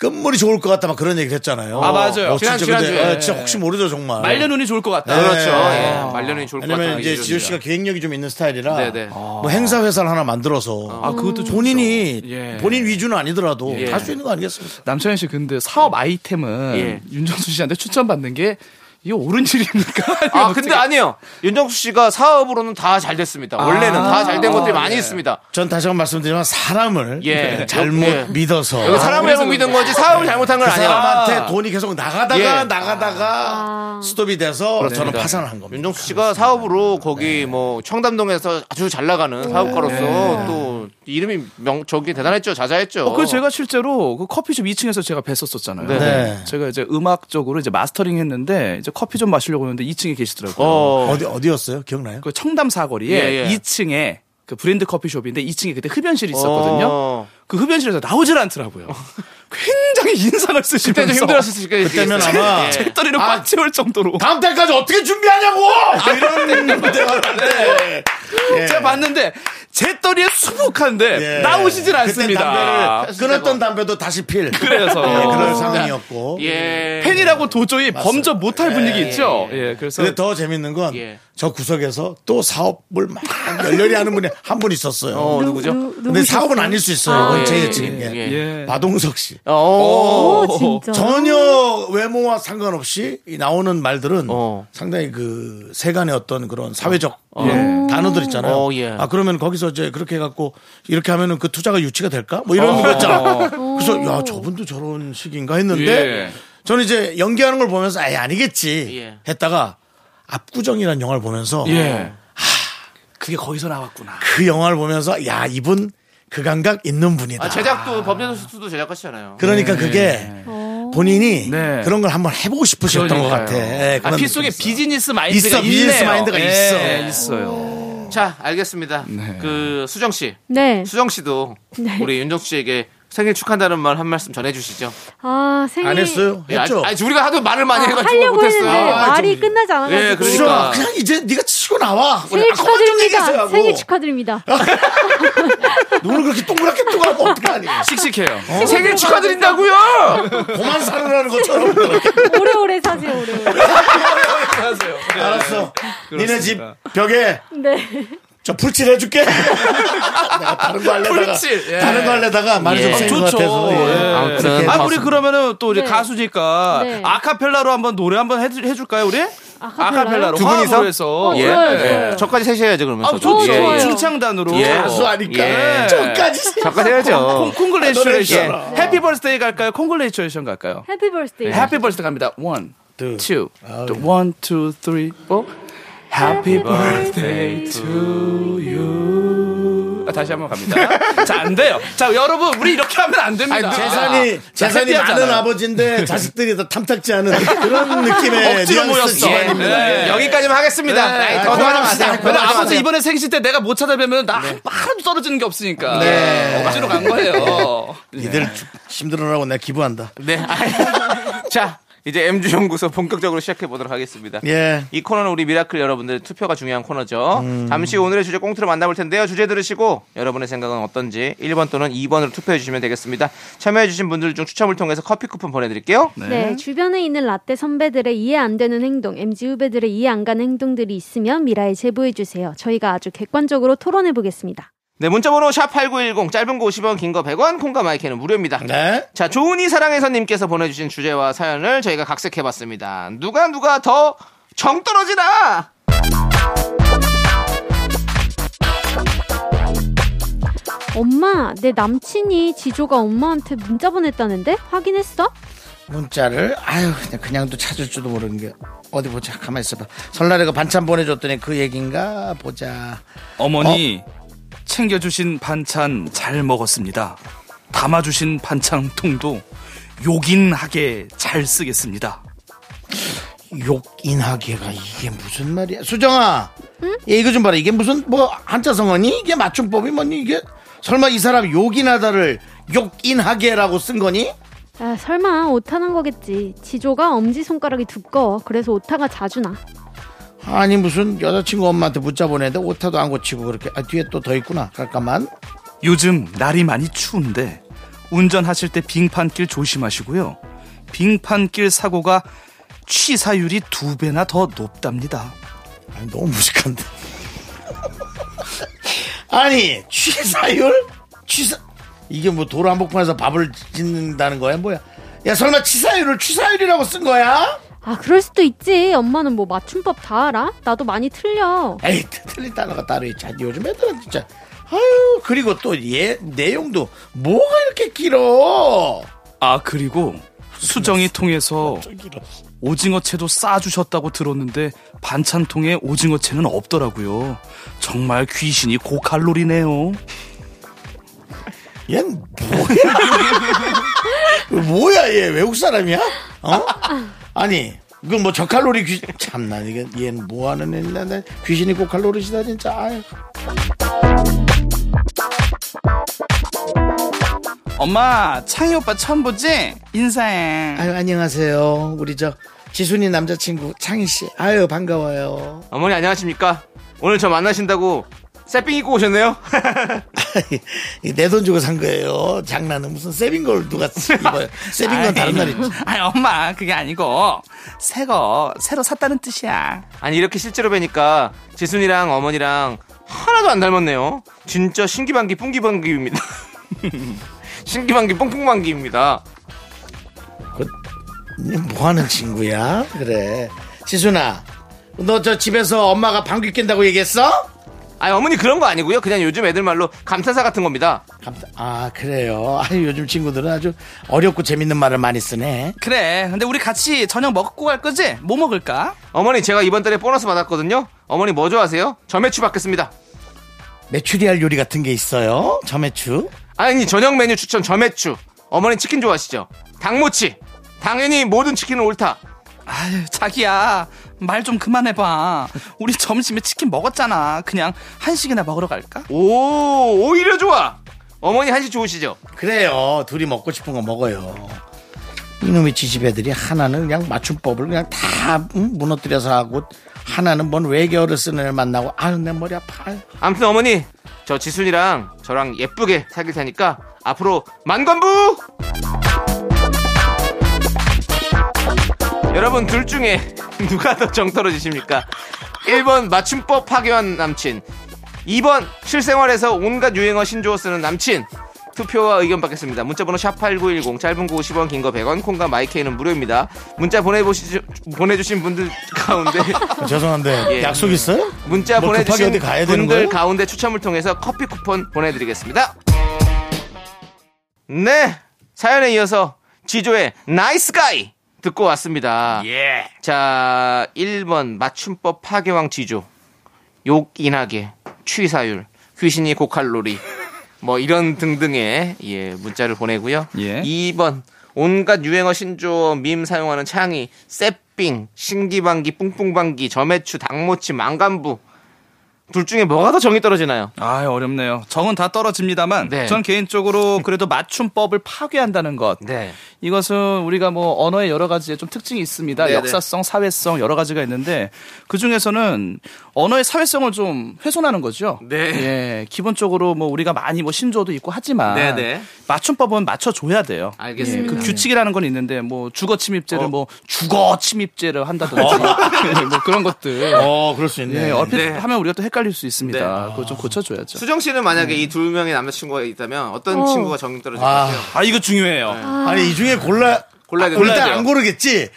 Speaker 1: 끝물이 좋을 것 같다 막 그런 얘기를 했잖아요.
Speaker 7: 아, 맞아요.
Speaker 1: 어, 진짜
Speaker 2: 지난-
Speaker 1: 근데,
Speaker 2: 지난주에.
Speaker 1: 어, 진짜 혹시 모르죠 정말.
Speaker 7: 말년 운이 좋을 것 같다.
Speaker 1: 네.
Speaker 2: 그렇죠.
Speaker 1: 아.
Speaker 2: 예. 말년이 좋을 것 같아요.
Speaker 1: 왜냐면 이제 지조 씨가 계획력이 좀 있는 스타일이라
Speaker 2: 네네.
Speaker 1: 뭐 행사 회사를 하나 만들어서
Speaker 7: 아, 그것도 좋죠.
Speaker 1: 본인이
Speaker 7: 예.
Speaker 1: 본인 위주는 아니더라도 다 할 수 있는 거 아니겠습니까?
Speaker 7: 남창현 씨 근데 사업 아이템은
Speaker 2: 예.
Speaker 7: 윤정수 씨한테 추천받는 게 이게 옳은 일입니까?
Speaker 2: 아 근데 아니에요. 윤정수 씨가 사업으로는 다 잘 됐습니다. 원래는
Speaker 1: 아,
Speaker 2: 다 잘 된
Speaker 1: 네.
Speaker 2: 것들이 많이 있습니다.
Speaker 1: 전 다시 한번 말씀드리지만 사람을
Speaker 2: 예.
Speaker 1: 잘못
Speaker 2: 예.
Speaker 1: 믿어서 그렇죠.
Speaker 2: 여기 사람을 못 믿은 거지 사업을 잘못한 건
Speaker 1: 그
Speaker 2: 아니야.
Speaker 1: 사람한테 돈이 계속 나가다가
Speaker 2: 예.
Speaker 1: 나가다가 스톱이 돼서 저는
Speaker 7: 그렇습니다.
Speaker 1: 파산을 한 겁니다.
Speaker 2: 윤정수 씨가 사업으로
Speaker 1: 네.
Speaker 2: 거기 뭐 청담동에서 아주 잘 나가는 사업가로서 또 이름이 명 저기 대단했죠 자자했죠.
Speaker 7: 어, 그 제가 실제로 그 커피숍 2층에서 제가 뵀었었잖아요.
Speaker 1: 네.
Speaker 7: 제가 이제 음악적으로 이제 마스터링 했는데 이제 커피 좀 마시려고 했는데 2층에 계시더라고요.
Speaker 2: 어,
Speaker 1: 어디 어디였어요? 기억나요?
Speaker 7: 그 청담 사거리에
Speaker 2: 예, 예.
Speaker 7: 2층에 그 브랜드 커피숍인데 2층에 그때 흡연실이 있었거든요.
Speaker 2: 어.
Speaker 7: 그 흡연실에서 나오질 않더라고요. 굉장히 인상을 쓰시면서
Speaker 2: 그때도 힘들었을 거예요.
Speaker 1: 그때면 아마
Speaker 2: 예.
Speaker 7: 제 떨이를 꽉 채울 정도로
Speaker 1: 다음 달까지 어떻게 준비하냐고
Speaker 2: 아,
Speaker 1: 이런 대화를 하는데 예.
Speaker 7: 제가 봤는데 제 떨이에 수북한데
Speaker 1: 예.
Speaker 7: 나오시질
Speaker 1: 그때
Speaker 7: 않습니다. 아,
Speaker 1: 담배를 끊었던 담배도 다시 필.
Speaker 7: 그래서
Speaker 1: 예, 그럴 상황이었고.
Speaker 2: 어. 예.
Speaker 7: 팬이라고 도저히 범접 못할 분위기 있죠. 예, 그래서
Speaker 1: 근데 더 재밌는 건 저
Speaker 2: 예.
Speaker 1: 구석에서 또 사업을 막 열렬히 하는 분이 한 분 있었어요.
Speaker 2: 어 누구죠?
Speaker 1: 근데 사업은 아닐 수 있어요.
Speaker 2: 예,
Speaker 1: 원체의
Speaker 2: 예,
Speaker 1: 지금 예,
Speaker 2: 예.
Speaker 7: 예.
Speaker 1: 마동석 씨.
Speaker 2: 어.
Speaker 6: 오, 진짜.
Speaker 1: 전혀 외모와 상관없이 이 나오는 말들은
Speaker 2: 어.
Speaker 1: 상당히 그 세간의 어떤 그런 사회적
Speaker 7: 예.
Speaker 1: 단어들 있잖아요.
Speaker 2: 어, 예.
Speaker 1: 아 그러면 거기서 이제 그렇게 해갖고 이렇게 하면은 그 투자가 유치가 될까? 뭐
Speaker 2: 어.
Speaker 1: 이런 거 있잖아. 그래서 야 저분도 저런 식인가 했는데
Speaker 7: 예.
Speaker 1: 저는 이제 연기하는 걸 보면서 아예 아니겠지
Speaker 2: 예.
Speaker 1: 했다가 압구정이라는 영화를 보면서 아,
Speaker 7: 예. 그게 거기서 나왔구나.
Speaker 1: 그 영화를 보면서 야 이분 그 감각 있는 분이다.
Speaker 2: 아, 제작도 범죄 수수도 제작하시잖아요.
Speaker 1: 그러니까 그게 본인이
Speaker 7: 네.
Speaker 1: 그런 걸 한번 해보고 싶으셨던 것 같아. 예,
Speaker 7: 아,
Speaker 1: 그런
Speaker 7: 피 속에
Speaker 1: 느낌이 있어요.
Speaker 7: 비즈니스 마인드가
Speaker 1: 있어, 비즈니스
Speaker 7: 있네요.
Speaker 1: 마인드가
Speaker 7: 예,
Speaker 1: 있어.
Speaker 7: 있어요.
Speaker 2: 자 알겠습니다.
Speaker 1: 네.
Speaker 2: 그 수정 씨,
Speaker 6: 네.
Speaker 2: 수정 씨도 우리 윤정수 씨에게 생일 축한다는 말 한 말씀 전해주시죠.
Speaker 6: 아, 생일.
Speaker 1: 안 했어요?
Speaker 2: 예, 아,
Speaker 1: 했죠? 그러니까.
Speaker 2: 아니, 우리가 하도 말을 많이
Speaker 6: 아,
Speaker 2: 해가지고
Speaker 6: 하려고
Speaker 2: 못했어요.
Speaker 6: 했는데
Speaker 2: 아,
Speaker 6: 말이
Speaker 2: 좀-
Speaker 6: 끝나지 않아가지고.
Speaker 2: 예,
Speaker 1: 수정아,
Speaker 2: 그러니까.
Speaker 1: 그냥 이제 네가 치고 나와.
Speaker 2: 아,
Speaker 6: 생일
Speaker 1: 그만 좀
Speaker 6: 축하드립니다.
Speaker 1: 얘기하세요.
Speaker 6: 생일 축하드립니다.
Speaker 1: 눈을 그렇게 동그랗게 뜨고 하면 어떡하니.
Speaker 7: 씩씩해요. 네,
Speaker 2: 생일 축하드린다고요.
Speaker 1: 고만 살으라는 것처럼. 그렇게.
Speaker 9: 어,
Speaker 6: 오래오래 사세요, 오래오래.
Speaker 1: 알았어. 니네 집
Speaker 7: 그렇습니다.
Speaker 1: 벽에 예.
Speaker 6: 네.
Speaker 1: 저 풀칠 해줄게. 내가 다른 거 할래다가.
Speaker 7: 풀칠, 예.
Speaker 1: 다른 거 할래다가 말이 좀
Speaker 2: 예.
Speaker 1: 센
Speaker 7: 좋죠.
Speaker 1: 것 같아서. 예.
Speaker 7: 예.
Speaker 2: 아무튼
Speaker 7: 아,
Speaker 2: 가수-
Speaker 7: 우리 그러면은 또 이제
Speaker 6: 네.
Speaker 7: 가수니까
Speaker 6: 네.
Speaker 7: 아카펠라로 한번 노래 한번 해, 해줄까요, 우리?
Speaker 6: 아카펠라요?
Speaker 2: 두 분이서?
Speaker 7: 해서.
Speaker 6: 어,
Speaker 2: 예.
Speaker 6: 좋아요,
Speaker 2: 예.
Speaker 6: 좋아요.
Speaker 2: 저까지 셋이 해야죠 그러면.
Speaker 7: 아,
Speaker 2: 저도.
Speaker 7: 좋죠.
Speaker 6: 예, 예.
Speaker 7: 예. 중창단으로. 어.
Speaker 2: 예.
Speaker 1: 가수 하니까.
Speaker 2: 예.
Speaker 1: 저까지.
Speaker 2: 저까지 해야죠.
Speaker 7: 콩글레이션.
Speaker 1: 아,
Speaker 7: 해피 벌스데이 예. 갈까요? 콩글레이션 갈까요?
Speaker 6: 해피 벌스데이.
Speaker 7: 해피 벌스데이 갑니다. 원,
Speaker 1: 둘.
Speaker 7: 투,
Speaker 1: 아, 예.
Speaker 7: 원, 투, 쓰리, 포. Happy birthday to you. 아, 다시 한번 갑니다. 자, 안 돼요. 자, 여러분, 우리 이렇게 하면 안 됩니다.
Speaker 1: 재산이,
Speaker 7: 자,
Speaker 1: 재산이
Speaker 7: 아, 해피하잖아요.
Speaker 1: 많은 아버지인데 자식들이 다 탐탁지 않은 그런 느낌의
Speaker 7: 억지로
Speaker 1: 뉘앙스
Speaker 7: 모였어.
Speaker 1: 집안입니다. 네.
Speaker 7: 예.
Speaker 2: 예. 여기까지만 하겠습니다.
Speaker 7: 네.
Speaker 2: 아이,
Speaker 7: 아,
Speaker 2: 더도 하지
Speaker 1: 고맙습니다.
Speaker 2: 마세요.
Speaker 7: 왜냐
Speaker 2: 더도 하지
Speaker 7: 아버지
Speaker 2: 마세요.
Speaker 7: 이번에 생신 때 내가 못 찾아뵈면 나 하나도 떨어지는 게 없으니까 네. 억지로 간 거예요.
Speaker 1: 이들 죽- 힘들어라고 내가 기부한다.
Speaker 2: 네. 아이, 자, 이제 MG 연구소 본격적으로 시작해 보도록 하겠습니다.
Speaker 1: 예.
Speaker 2: 이 코너는 우리 미라클 여러분들 투표가 중요한 코너죠.
Speaker 1: 음.
Speaker 2: 잠시 후 오늘의 주제 꽁트로 만나볼 텐데요. 주제 들으시고 여러분의 생각은 어떤지 1번 또는 2번으로 투표해 주시면 되겠습니다. 참여해 주신 분들 중 추첨을 통해서 커피 쿠폰 보내 드릴게요.
Speaker 6: 네, 주변에 있는 라떼 선배들의 이해 안 되는 행동, MZ 후배들의 이해 안 가는 행동들이 있으면 미라에 제보해 주세요. 저희가 아주 객관적으로 토론해 보겠습니다.
Speaker 2: 네, 문자 번호 샵8910 짧은 거 50원, 긴 거 100원, 콩과 마이크는 무료입니다.
Speaker 1: 네.
Speaker 2: 자, 좋은이 사랑해서 님께서 보내 주신 주제와 사연을 저희가 각색해 봤습니다. 누가 누가 더 정 떨어지나?
Speaker 9: 엄마, 내 남친이 지조가 엄마한테 문자 보냈다는데? 확인했어?
Speaker 1: 문자를 아유 그냥 그냥도 찾을 줄도 모르는 게 어디 보자 가만 있어봐 설날에 그 반찬 보내줬더니 그 얘긴가 보자
Speaker 10: 어머니 챙겨주신 반찬 잘 먹었습니다. 담아주신 반찬통도 요긴하게 잘 쓰겠습니다.
Speaker 1: 욕인하게가 이게 무슨 말이야 수정아 얘 이거 좀 봐라 이게 무슨 뭐 한자 성어니 이게 맞춤법이 뭐니 이게 설마 이 사람 욕인하다를 욕인하게라고 쓴 거니
Speaker 9: 아, 설마 오타 난 거겠지. 지조가 엄지손가락이 두꺼워. 그래서 오타가 자주 나.
Speaker 1: 아니 무슨 여자친구 엄마한테 문자 보내는데 오타도 안 고치고 그렇게 아 뒤에 또 더 있구나 잠깐만
Speaker 10: 요즘 날이 많이 추운데 운전하실 때 빙판길 조심하시고요. 빙판길 사고가 취사율이 두 배나 더 높답니다.
Speaker 1: 너무 무식한데. 아니 취사율 취사 이게 뭐 도로 한복판에서 밥을 짓는다는 거야 뭐야 야 설마 취사율을 취사율이라고 쓴 거야
Speaker 9: 아, 그럴 수도 있지. 엄마는 뭐 맞춤법 다 알아? 나도 많이 틀려.
Speaker 1: 에이 틀- 틀린 단어가 따로 있지 요즘 애들은 진짜 아유 그리고 또 얘 내용도 뭐가 이렇게 길어
Speaker 10: 아 그리고 수정이 통해서 오징어채도 싸주셨다고 들었는데 반찬통에 오징어채는 없더라고요. 정말 귀신이 고칼로리네요.
Speaker 1: 얘 뭐야 얘 외국 사람이야 어 아니 이건 뭐 저칼로리 귀 참나 이게 얘는 뭐 하는 애냐 나 귀신이 고칼로리시다 진짜 아유
Speaker 10: 엄마 창희 오빠 처음 보지? 인사해.
Speaker 1: 아유 안녕하세요. 우리 저 지순이 남자친구 창희 씨. 아유 반가워요.
Speaker 2: 어머니 안녕하십니까? 오늘 저 만나신다고 새삥 입고 오셨네요.
Speaker 1: 내 돈 주고 산 거예요. 장난은 무슨 세빈 걸 누가 입어요? 세빈 건 다른 날 있지.
Speaker 10: 아니 엄마 그게 아니고 새거 새로 샀다는 뜻이야.
Speaker 2: 아니 이렇게 실제로 뵈니까 지순이랑 어머니랑 하나도 안 닮았네요. 진짜 신기반기 뿡기반기입니다. 신기반기 뿡뿡반기입니다.
Speaker 1: 뭐 하는 친구야? 그래. 지순아, 너 저 집에서 엄마가 방귀 낀다고 얘기했어?
Speaker 2: 아니 어머니 그런 거 아니고요. 그냥 요즘 애들 말로 감탄사 같은 겁니다.
Speaker 1: 아 그래요. 아유 요즘 친구들은 아주 어렵고 재밌는 말을 많이 쓰네.
Speaker 10: 그래. 근데 우리 같이 저녁 먹고 갈 거지? 뭐 먹을까?
Speaker 2: 어머니 제가 이번 달에 보너스 받았거든요. 어머니 뭐 좋아하세요? 저매추 받겠습니다.
Speaker 1: 메추리알 요리 같은 게 있어요? 저매추?
Speaker 2: 아니 저녁 메뉴 추천 저매추. 어머니 치킨 좋아하시죠? 닭모치. 당연히 모든 치킨은 옳다.
Speaker 10: 아유, 자기야. 말 좀 그만해봐. 우리 점심에 치킨 먹었잖아. 그냥 한식이나 먹으러 갈까?
Speaker 2: 오 오히려 좋아. 어머니 한식 좋으시죠?
Speaker 1: 그래요. 둘이 먹고 싶은 거 먹어요. 이놈의 지지배들이 하나는 그냥 맞춤법을 그냥 다 음, 무너뜨려서 하고 하나는 뭔 외계어를 쓰는 애를 만나고 아유 내 머리 아파. 아유.
Speaker 2: 아무튼 어머니 저 지순이랑 저랑 예쁘게 사귈 테니까 앞으로 만관부 여러분 둘 중에 누가 더 정 떨어지십니까 1번 맞춤법 파괴한 남친 2번 실생활에서 온갖 유행어 신조어 쓰는 남친 투표와 의견 받겠습니다. 문자번호 샵8910 짧은 거 50원 긴 거 100원 콩과 마이케이는 무료입니다. 문자 보내보시, 보내주신 분들 가운데
Speaker 1: 죄송한데
Speaker 2: 예.
Speaker 1: 약속 있어요?
Speaker 2: 문자
Speaker 1: 뭐 급하게
Speaker 2: 보내주신
Speaker 1: 어디 가야 되는
Speaker 2: 분들
Speaker 1: 거예요?
Speaker 2: 가운데 추첨을 통해서 커피 쿠폰 보내드리겠습니다. 네 사연에 이어서 지조의 나이스 가이 듣고 왔습니다.
Speaker 10: 예.
Speaker 2: 자 1번 맞춤법 파괴왕 지조 욕 인하게 취사율 귀신이 고칼로리 뭐 이런 등등의 예 문자를 보내고요.
Speaker 10: 예.
Speaker 2: 2번 온갖 유행어 신조어 밈 사용하는 창이 쎄삥 신기방기 뿡뿡방기 저매추 당모치 망간부 둘 중에 뭐가 더 정이 떨어지나요?
Speaker 10: 아 어렵네요. 정은 다 떨어집니다만,
Speaker 2: 네.
Speaker 10: 전 개인적으로 그래도 맞춤법을 파괴한다는 것.
Speaker 2: 네.
Speaker 10: 이것은 우리가 뭐 언어의 여러 가지에 좀 특징이 있습니다.
Speaker 2: 네네.
Speaker 10: 역사성, 사회성 여러 가지가 있는데 그 중에서는 언어의 사회성을 좀 훼손하는 거죠.
Speaker 2: 네.
Speaker 10: 예, 기본적으로 뭐 우리가 많이 뭐 신조도 있고 하지만
Speaker 2: 네네.
Speaker 10: 맞춤법은 맞춰줘야 돼요.
Speaker 2: 알겠습니다.
Speaker 10: 그 규칙이라는 건 있는데 뭐 주거 침입죄를 뭐 주거 침입죄를 한다든지 뭐 그런 것들.
Speaker 1: 어 그럴 수 있네.
Speaker 10: 네, 얼핏
Speaker 2: 네.
Speaker 10: 하면 우리가 또 헷갈릴 수 있습니다. 그거 좀 고쳐줘야죠.
Speaker 2: 수정 씨는 만약에 이 두 명의 남자친구가 있다면 어떤
Speaker 9: 어.
Speaker 2: 친구가 정이 떨어질 것 같아요?
Speaker 10: 아 이거 중요해요.
Speaker 1: 아니 이 중에 골라
Speaker 2: 골라야
Speaker 1: 골라
Speaker 2: 돼요.
Speaker 1: 안 고르겠지.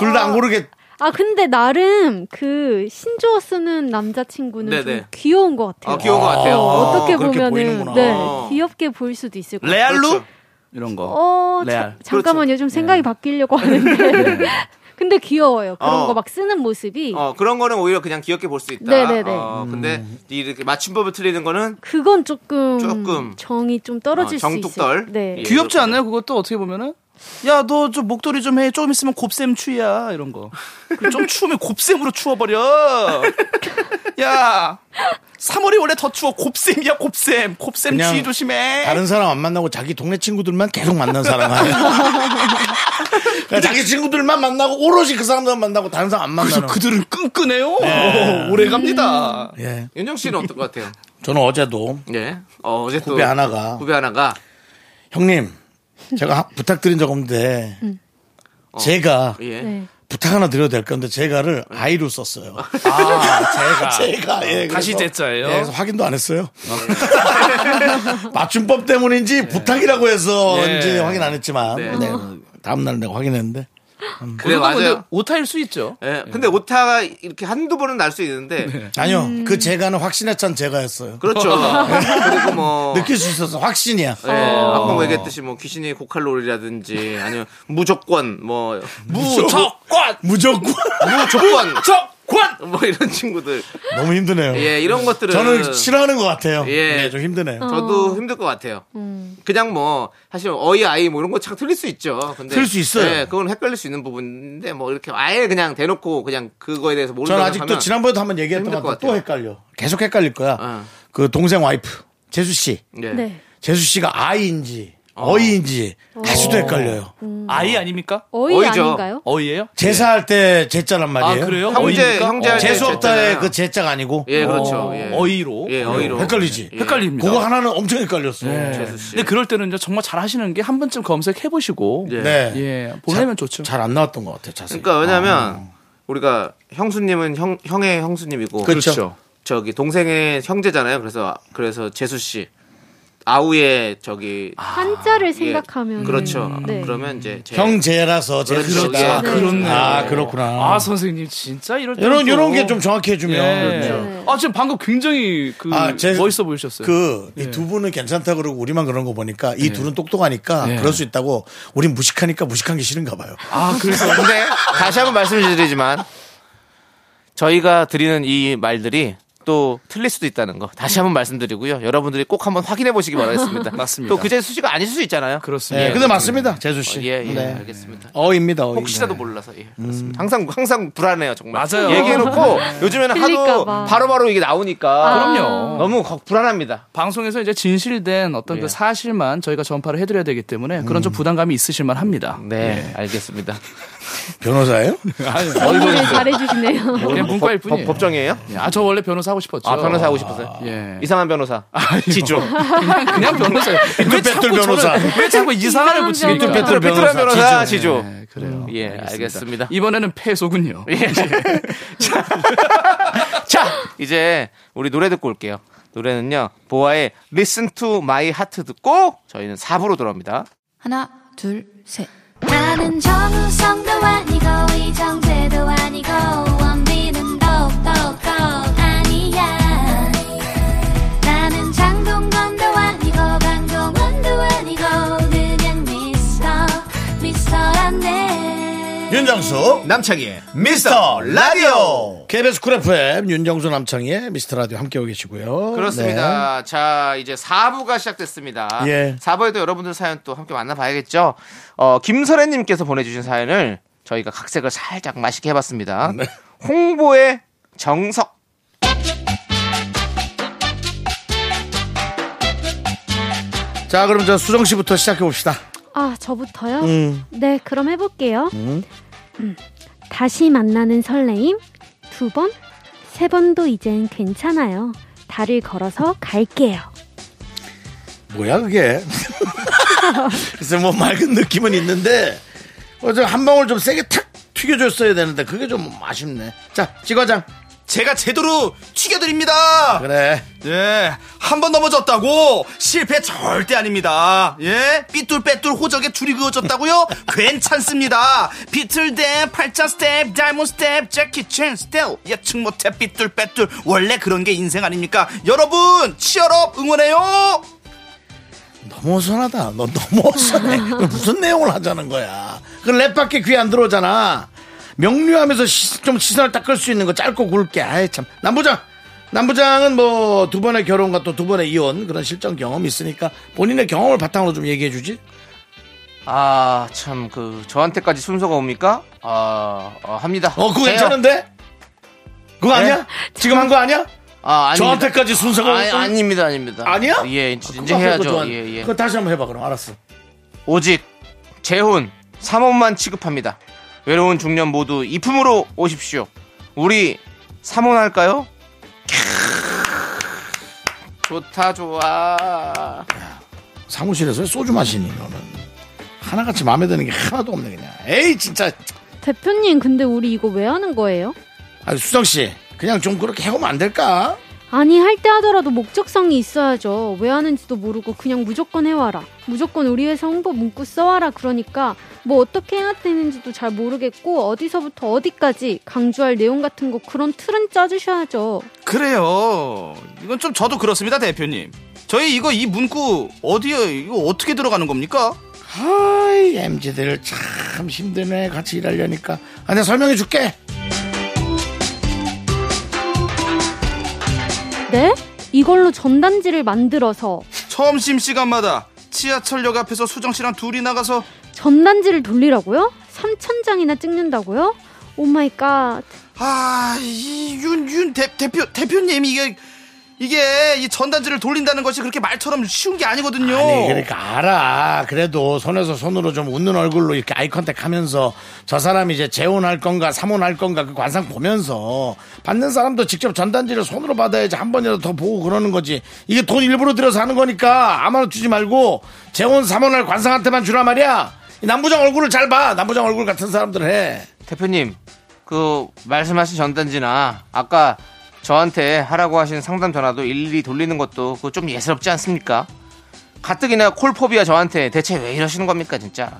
Speaker 1: 둘 다 안 고르겠.
Speaker 9: 아 근데 나름 그 신조어 쓰는 남자친구는
Speaker 2: 네네.
Speaker 9: 좀 귀여운 것 같아요.
Speaker 2: 아, 귀여운 것 같아요.
Speaker 9: 어,
Speaker 2: 아,
Speaker 9: 어떻게
Speaker 2: 그렇게
Speaker 9: 보면은
Speaker 2: 보이는구나.
Speaker 9: 네
Speaker 2: 어.
Speaker 9: 귀엽게 보일 수도 있을 것 같아요.
Speaker 10: 레알루?
Speaker 1: 그렇죠.
Speaker 10: 이런 거.
Speaker 9: 어 자-
Speaker 2: 그렇죠.
Speaker 10: 레알.
Speaker 9: 잠깐만요. 좀
Speaker 2: 네.
Speaker 9: 생각이 바뀌려고 하는데 근데 귀여워요. 그런
Speaker 2: 어.
Speaker 9: 거 막 쓰는 모습이
Speaker 2: 어, 그런 거는 오히려 그냥 귀엽게 볼 수 있다.
Speaker 9: 네네네.
Speaker 2: 어,
Speaker 1: 음.
Speaker 2: 근데 이렇게 맞춤법을 틀리는 거는
Speaker 9: 그건 조금,
Speaker 2: 조금.
Speaker 9: 정이 좀 떨어질
Speaker 2: 어,
Speaker 9: 수
Speaker 2: 정뚝떨.
Speaker 9: 있어요. 네.
Speaker 2: 예.
Speaker 10: 귀엽지 않나요? 그것도 어떻게 보면은 야 너 좀 목도리 좀 해. 조금 있으면 곱셈 추야 이런 거. 좀 추우면 곱셈으로 추워버려. 야 3월이 원래 더 추워. 곱셈이야 곱셈. 곱셈
Speaker 1: 그냥
Speaker 10: 추위 조심해.
Speaker 1: 다른 사람 안 만나고 자기 동네 친구들만 계속 만난 사람 아니야. 그러니까 자기 친구들만 만나고 오롯이 그 사람들만 만나고 다른 사람 안
Speaker 10: 그래서
Speaker 1: 만나는.
Speaker 10: 그들은 끈끈해요.
Speaker 1: 네.
Speaker 10: 오래 갑니다.
Speaker 1: 예.
Speaker 2: 윤정 씨는 어떨 것 같아요?
Speaker 1: 저는 어제도
Speaker 2: 예. 어, 어제 또
Speaker 1: 후배 네. 하나가
Speaker 2: 후배 하나가
Speaker 1: 형님 제가 하- 부탁드린 적 없는데 제가
Speaker 2: 예.
Speaker 9: 네.
Speaker 1: 부탁 하나 드려도 될까 근데 제가를 아이로 썼어요.
Speaker 10: 아
Speaker 1: 제가 예, 그래서-
Speaker 10: 다시
Speaker 1: 예,
Speaker 10: 제자예요.
Speaker 1: 그래서 확인도 안 했어요. 맞춤법 때문인지 부탁이라고 해서
Speaker 10: 예.
Speaker 1: 이제 확인 안 했지만
Speaker 2: 네.
Speaker 1: 네, 다음 날 내가 확인했는데
Speaker 2: 그래 맞아요.
Speaker 10: 오타일 수 있죠.
Speaker 2: 예.
Speaker 1: 네.
Speaker 2: 근데 오타가 이렇게 한두 번은 날 수 있는데
Speaker 1: 아니요 그 제가는 확신에 찬 제가였어요.
Speaker 2: 그렇죠. 그리고 뭐
Speaker 1: 느낄 수 있어서 확신이야.
Speaker 2: 예, 아까 뭐 얘기했듯이 뭐 귀신이 고칼로리라든지 아니면 무조건 뭐
Speaker 10: 무조건
Speaker 1: 무조건
Speaker 2: 무조건
Speaker 10: 무조건
Speaker 2: 뭐 이런 친구들
Speaker 1: 너무 힘드네요.
Speaker 2: 예 이런 것들은
Speaker 1: 저는 싫어하는 것 같아요.
Speaker 2: 예.
Speaker 1: 네, 좀 힘드네요.
Speaker 9: 어.
Speaker 2: 저도 힘들 것 같아요.
Speaker 9: 음.
Speaker 2: 그냥 뭐 사실 어이 아이 뭐 이런 거참 틀릴 수 있죠. 근데
Speaker 1: 틀릴 수 있어요.
Speaker 2: 예, 그건 헷갈릴 수 있는 부분인데 뭐 이렇게 아예 그냥 대놓고 그냥 그거에 대해서 모르는
Speaker 1: 저는 아직도 지난번에도 한번 얘기했던
Speaker 2: 힘들
Speaker 1: 것
Speaker 2: 것
Speaker 1: 같아요. 또
Speaker 2: 같아요.
Speaker 1: 헷갈려. 계속 헷갈릴 거야.
Speaker 2: 어.
Speaker 1: 그 동생 와이프 재수 씨,
Speaker 2: 예.
Speaker 9: 네.
Speaker 1: 재수 씨가 아이인지 어이인지 다시도 헷갈려요.
Speaker 10: 아이 아닙니까?
Speaker 9: 어이
Speaker 2: 어이죠.
Speaker 9: 아닌가요?
Speaker 10: 어이예요?
Speaker 1: 제사할 때 제자란
Speaker 10: 아
Speaker 1: 말이에요.
Speaker 10: 그래요?
Speaker 2: 형제
Speaker 10: 어이입니까?
Speaker 2: 형제 할
Speaker 1: 재수
Speaker 2: 때
Speaker 1: 없다의
Speaker 2: 그랬잖아요.
Speaker 1: 그 제자가 아니고
Speaker 2: 예 그렇죠. 예.
Speaker 10: 어이로.
Speaker 2: 예 어이로
Speaker 1: 헷갈리지. 네.
Speaker 2: 예.
Speaker 10: 헷갈립니다.
Speaker 1: 그거 하나는 엄청 헷갈렸어. 요
Speaker 2: 재수 씨.
Speaker 10: 근데 그럴 때는요 정말 잘하시는 게 한 번쯤 검색해 보시고
Speaker 2: 예.
Speaker 1: 네.
Speaker 10: 예 보내면 좋죠.
Speaker 1: 잘 안 나왔던 것 같아요. 자세.
Speaker 2: 그러니까 왜냐하면 우리가 형수님은 형 형의 형수님이고
Speaker 1: 그렇죠.
Speaker 2: 저기 동생의 형제잖아요. 그래서 그래서 재수 씨 아우의 저기
Speaker 9: 한자를
Speaker 2: 예,
Speaker 9: 생각하면
Speaker 2: 그렇죠.
Speaker 9: 네.
Speaker 2: 그러면 이제 제-
Speaker 1: 형제라서 재수
Speaker 2: 그렇죠.
Speaker 1: 씨다.
Speaker 2: 아, 그렇네요.
Speaker 1: 아 그렇구나.
Speaker 10: 아 선생님 진짜 이럴 때
Speaker 1: 이런 이런 게 좀 정확히 해주면.
Speaker 2: 예, 그렇죠.
Speaker 9: 네.
Speaker 10: 아 지금 방금 굉장히 그
Speaker 1: 아, 제-
Speaker 10: 멋있어 보이셨어요.
Speaker 1: 그 이
Speaker 2: 예.
Speaker 1: 두 분은 괜찮다 그러고 우리만 그런 거 보니까 이 둘은 똑똑하니까
Speaker 2: 예.
Speaker 1: 그럴 수 있다고 우린 무식하니까 무식한 게 싫은가 봐요.
Speaker 10: 아 그래서
Speaker 2: 근데 다시 한번 말씀드리지만 저희가 드리는 이 말들이 또 틀릴 수도 있다는 거 다시 한번 말씀드리고요. 여러분들이 꼭 한번 확인해 보시기 바라겠습니다.
Speaker 10: 맞습니다. 그렇죠.
Speaker 2: 또 그제 수식가 아닐 수도 있잖아요.
Speaker 10: 그렇습니다.
Speaker 1: 네, 근데 맞습니다, 재수 씨.
Speaker 2: 예, 예,
Speaker 1: 네.
Speaker 2: 알겠습니다.
Speaker 1: 어입니다. 어
Speaker 2: 혹시라도 몰라서 예, 그렇습니다. 항상 항상 불안해요 정말.
Speaker 10: 네. 음. 맞아요.
Speaker 2: 얘기해놓고 요즘에는 하도
Speaker 9: 틀릴까 봐. 아.
Speaker 2: 바로바로 이게 나오니까
Speaker 10: 그럼요.
Speaker 2: 너무 걱- 불안합니다.
Speaker 10: 방송에서 이제 진실된 어떤
Speaker 2: 예.
Speaker 10: 그 사실만 저희가 전파를 해드려야 되기 때문에 그런 좀 부담감이 있으실만 합니다.
Speaker 2: 네, 알겠습니다.
Speaker 1: 변호사예요?
Speaker 9: 정리를 잘해주시네요.
Speaker 10: 그냥 문과일 뿐이에요.
Speaker 2: 법, 정이에요
Speaker 10: 아저 원래 변호사 하고 싶었죠.
Speaker 2: 아 변호사 하고 싶었어요.
Speaker 10: 예.
Speaker 2: 이상한 변호사. 지조.
Speaker 10: 그냥 변호사예요. 왜 자꾸
Speaker 1: 삐뚤빼뚤 변호사.
Speaker 10: 저는- 왜 자꾸 이상한을 붙이니까?
Speaker 9: 삐뚤빼뚤
Speaker 2: 아, 네. 삐뚤
Speaker 1: 변호사,
Speaker 2: 삐뚤한 변호사 지조.
Speaker 10: 네, 그래요.
Speaker 2: 예, 알겠습니다.
Speaker 10: 이번에는 패소군요.
Speaker 2: 예. 자, 자, 이제 우리 노래 듣고 올게요. 노래는요, 보아의 Listen to My Heart 듣고 저희는 4부로 돌아옵니다.
Speaker 11: 하나, 둘, 셋.
Speaker 6: 나는 정우성도 아니고 이정재도 아니고 원빈은 더욱더 아니야 나는 장동건도 아니고 강동원도 아니고 그냥 미스터 미스터란데
Speaker 1: 윤정수
Speaker 2: 남창희의
Speaker 1: 미스터 라디오 KBS 쿨 FM 윤정수 남창희의 미스터 라디오 함께하고 계시고요.
Speaker 2: 그렇습니다. 네. 자, 이제 4부가 시작됐습니다.
Speaker 1: 예.
Speaker 2: 4부에도 여러분들 사연 또 함께 만나봐야겠죠. 어, 김설혜님께서 보내주신 사연을 저희가 각색을 살짝 맛있게 해봤습니다.
Speaker 1: 네.
Speaker 2: 홍보의 정석.
Speaker 1: 네. 자 그럼 저 수정 씨부터 시작해 봅시다.
Speaker 9: 아, 저부터요? 네, 그럼 해볼게요. 음. 다시 만나는 설레임 두 번, 세 번도 이젠 괜찮아요. 달을 걸어서 갈게요.
Speaker 1: 뭐야 그게? 글쎄 뭐 맑은 느낌은 있는데 어, 어제 한 방울 좀 세게 탁 튀겨줬어야 되는데 그게 좀 아쉽네. 자 지과장
Speaker 10: 제가 제대로 튀겨드립니다.
Speaker 1: 그래.
Speaker 10: 예, 한 번 넘어졌다고 실패 절대 아닙니다. 예, 삐뚤빼뚤 호적에 줄이 그어졌다고요? 괜찮습니다. 비틀대, 팔자 스텝, 다이몬 스텝, 재키 챈 스텝, 예측 못해 삐뚤빼뚤 원래 그런 게 인생 아닙니까? 여러분 치얼업 응원해요.
Speaker 1: 너무 어선하다. 너 너무 어선해. 무슨 내용을 하자는 거야. 그 랩밖에 귀에 안 들어오잖아. 명료하면서 시- 좀 시선을 딱 끌 수 있는 거 짧고 굵게. 아이 참. 남부장. 남부장은 뭐 두 번의 결혼과 또 두 번의 이혼 그런 실전 경험이 있으니까 본인의 경험을 바탕으로 좀 얘기해 주지.
Speaker 2: 아, 참, 그, 저한테까지 순서가 옵니까? 아, 어, 합니다.
Speaker 1: 어, 그거
Speaker 2: 해요.
Speaker 1: 괜찮은데? 그거
Speaker 2: 네?
Speaker 10: 예.
Speaker 1: 아니야? 지금 한 거 아니야?
Speaker 2: 아, 아닙니다.
Speaker 1: 저한테까지 순서가
Speaker 2: 아, 아니,
Speaker 1: 없어요?
Speaker 2: 아닙니다, 아닙니다.
Speaker 1: 아니야?
Speaker 2: 예, 이제,
Speaker 1: 그거
Speaker 2: 이제
Speaker 1: 아까
Speaker 2: 해야죠.
Speaker 1: 그거 좋아하는-
Speaker 2: 예, 예.
Speaker 1: 그거 다시 한번 해봐 그럼 알았어.
Speaker 2: 오직 재혼 삼혼만 취급합니다. 외로운 중년 모두 이 품으로 오십시오. 우리 삼혼할까요? 캬. 좋다 좋아.
Speaker 1: 사무실에서 왜 소주 마시니 너는 하나같이 마음에 드는 게 하나도 없네 그냥. 에이 진짜.
Speaker 9: 대표님, 근데 우리 이거 왜 하는 거예요?
Speaker 1: 아니 수정 씨 그냥 좀 그렇게 해오면 안 될까?
Speaker 9: 아니, 할 때 하더라도 목적성이 있어야죠. 왜 하는지도 모르고 그냥 무조건 해와라. 무조건 우리 회사 홍보 문구 써와라. 그러니까 뭐 어떻게 해야 되는지도 잘 모르겠고 어디서부터 어디까지 강조할 내용 같은 거 그런 틀은 짜주셔야죠.
Speaker 10: 그래요. 이건 좀 저도 그렇습니다, 대표님. 저희 이거 이 문구 어디에 이거 어떻게 들어가는 겁니까?
Speaker 1: 아이 MZ들 참 힘드네 같이 일하려니까. 아 내가 설명해 줄게.
Speaker 9: 네? 이걸로 전단지를 만들어서
Speaker 10: 점심 시간마다 지하철역 앞에서 수정 씨랑 둘이 나가서
Speaker 9: 전단지를 돌리라고요? 3천 장이나 찍는다고요? 오 마이 갓.
Speaker 10: 아, 이윤윤 대표 대표님 이게 이게 이 전단지를 돌린다는 것이 그렇게 말처럼 쉬운 게 아니거든요.
Speaker 1: 아니 그러니까 알아. 그래도 손에서 손으로 좀 웃는 얼굴로 이렇게 아이컨택 하면서 저 사람이 이제 재혼할 건가 사혼할 건가 그 관상 보면서 받는 사람도 직접 전단지를 손으로 받아야지 한 번이라도 더 보고 그러는 거지. 이게 돈 일부러 들여서 하는 거니까 아무나 주지 말고 재혼 사혼할 관상한테만 주라 말이야. 이 남부장 얼굴을 잘 봐. 남부장 얼굴 같은 사람들 해.
Speaker 2: 대표님 그 말씀하신 전단지나 아까 저한테 하라고 하신 상담 전화도 일일이 돌리는 것도 그거 좀 예스럽지 않습니까? 가뜩이나 콜포비아 저한테 대체 왜 이러시는 겁니까 진짜?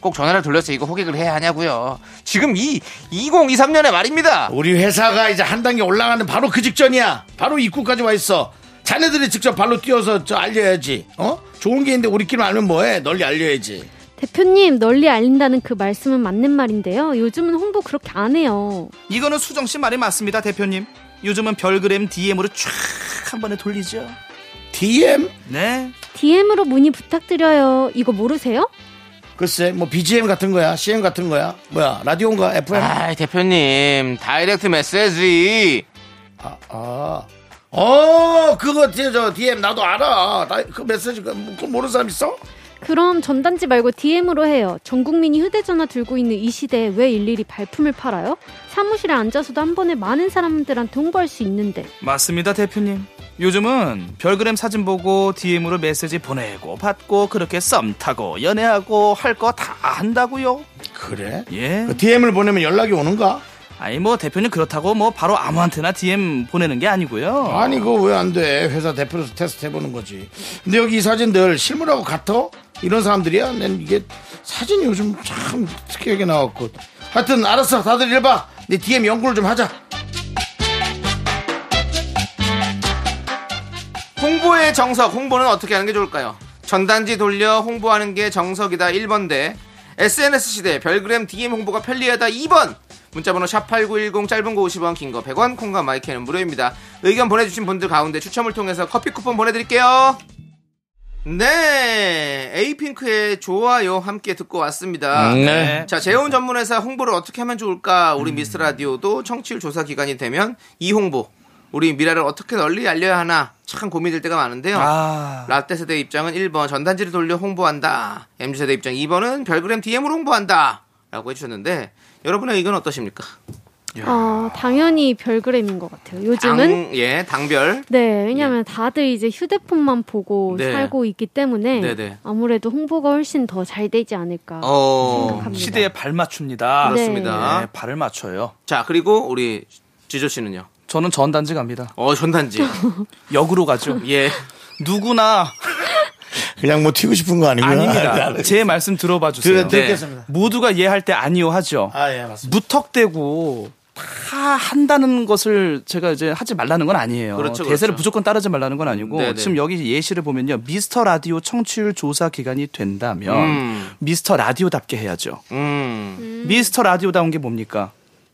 Speaker 2: 꼭 전화를 돌려서 이거 호객을 해야 하냐고요. 지금 이 2023년에 말입니다.
Speaker 1: 우리 회사가 이제 한 단계 올라가는 바로 그 직전이야. 바로 입구까지 와 있어. 자네들이 직접 발로 뛰어서 저 알려야지. 어? 좋은 게 있는데 우리끼리만 알면 뭐해? 널리 알려야지.
Speaker 9: 대표님 널리 알린다는 그 말씀은 맞는 말인데요. 요즘은 홍보 그렇게 안 해요.
Speaker 10: 이거는 수정 씨 말이 맞습니다, 대표님. 요즘은 별그램 DM으로 촥 한 번에 돌리죠.
Speaker 1: DM?
Speaker 10: 네.
Speaker 9: DM으로 문의 부탁드려요. 이거 모르세요?
Speaker 1: 글쎄, 뭐 BGM 같은 거야, CM 같은 거야, 뭐야 라디오인가 FM?
Speaker 2: 아 대표님 다이렉트 메시지.
Speaker 1: 아, 어, 그거 저, 저 DM 나도 알아. 나 그 메시지 그 모르는 사람 있어?
Speaker 9: 그럼 전단지 말고 DM으로 해요. 전 국민이 휴대전화 들고 있는 이 시대에 왜 일일이 발품을 팔아요? 사무실에 앉아서도 한 번에 많은 사람들한테 홍보할 수 있는데.
Speaker 10: 맞습니다, 대표님. 요즘은 별그램 사진 보고 DM으로 메시지 보내고 받고 그렇게 썸 타고 연애하고 할 거 다 한다고요.
Speaker 1: 그래?
Speaker 10: 예.
Speaker 1: DM을 보내면 연락이 오는가?
Speaker 10: 아니 뭐 대표님 그렇다고 뭐 바로 아무한테나 DM 보내는 게 아니고요.
Speaker 1: 아니 그거 왜 안 돼? 회사 대표로서 테스트 해보는 거지. 근데 여기 이 사진들 실물하고 같어? 이런 사람들이야? 난 이게 사진이 요즘 참 특이하게 나왔고. 하여튼 알았어, 다들 일봐. 내 DM 연구를 좀 하자.
Speaker 2: 홍보의 정석, 홍보는 어떻게 하는 게 좋을까요? 전단지 돌려 홍보하는 게 정석이다 1번대. SNS 시대 별그램 DM 홍보가 편리하다 2번. 문자번호 샵8910 짧은 거 50원 긴 거 100원 콩과 마이크는 무료입니다. 의견 보내주신 분들 가운데 추첨을 통해서 커피 쿠폰 보내드릴게요. 네, 에이핑크의 좋아요 함께 듣고 왔습니다.
Speaker 1: 네.
Speaker 2: 자, 재혼 전문회사 홍보를 어떻게 하면 좋을까? 우리 미스 라디오도 청취율 조사 기간이 되면 이 홍보, 우리 미라를 어떻게 널리 알려야 하나 참 고민될 때가 많은데요. 라떼 세대 입장은 1번 전단지를 돌려 홍보한다. MZ 세대 입장 2번은 별그램 DM으로 홍보한다라고 해주셨는데 여러분의 의견 어떠십니까?
Speaker 9: 어, 당연히 별그램인 것 같아요. 요즘은
Speaker 2: 당, 예, 당별.
Speaker 9: 네, 왜냐면 다들 이제 휴대폰만 보고
Speaker 2: 네.
Speaker 9: 살고 있기 때문에
Speaker 2: 네네.
Speaker 9: 아무래도 홍보가 훨씬 더 잘 되지 않을까. 생각합니다.
Speaker 10: 시대에 발맞춥니다.
Speaker 9: 그렇습니다.
Speaker 10: 네, 발을 맞춰요.
Speaker 2: 자, 그리고 우리 지조 씨는요.
Speaker 10: 저는 전단지 갑니다.
Speaker 2: 어, 전단지.
Speaker 10: 역으로 가죠.
Speaker 2: 예.
Speaker 10: 누구나
Speaker 1: 그냥 뭐 튀고 싶은 거 아니고요. 네,
Speaker 10: 아닙니다. 제 말씀 들어봐 주세요. 네.
Speaker 1: 들- 듣겠습니다.
Speaker 10: 모두가 예 할 때 아니요 하죠.
Speaker 1: 네. 아, 예, 맞습니다.
Speaker 10: 무턱대고 다 한다는 것을 제가 이제 하지 말라는 건 아니에요.
Speaker 2: 그렇죠,
Speaker 10: 대세를
Speaker 2: 그렇죠.
Speaker 10: 무조건 따르지 말라는 건 아니고
Speaker 2: 네네.
Speaker 10: 지금 여기 예시를 보면요. 미스터 라디오 청취율 조사 기간이 된다면
Speaker 2: 음.
Speaker 10: 미스터 라디오답게 해야죠.
Speaker 2: 음.
Speaker 10: 미스터 라디오다운 게 뭡니까?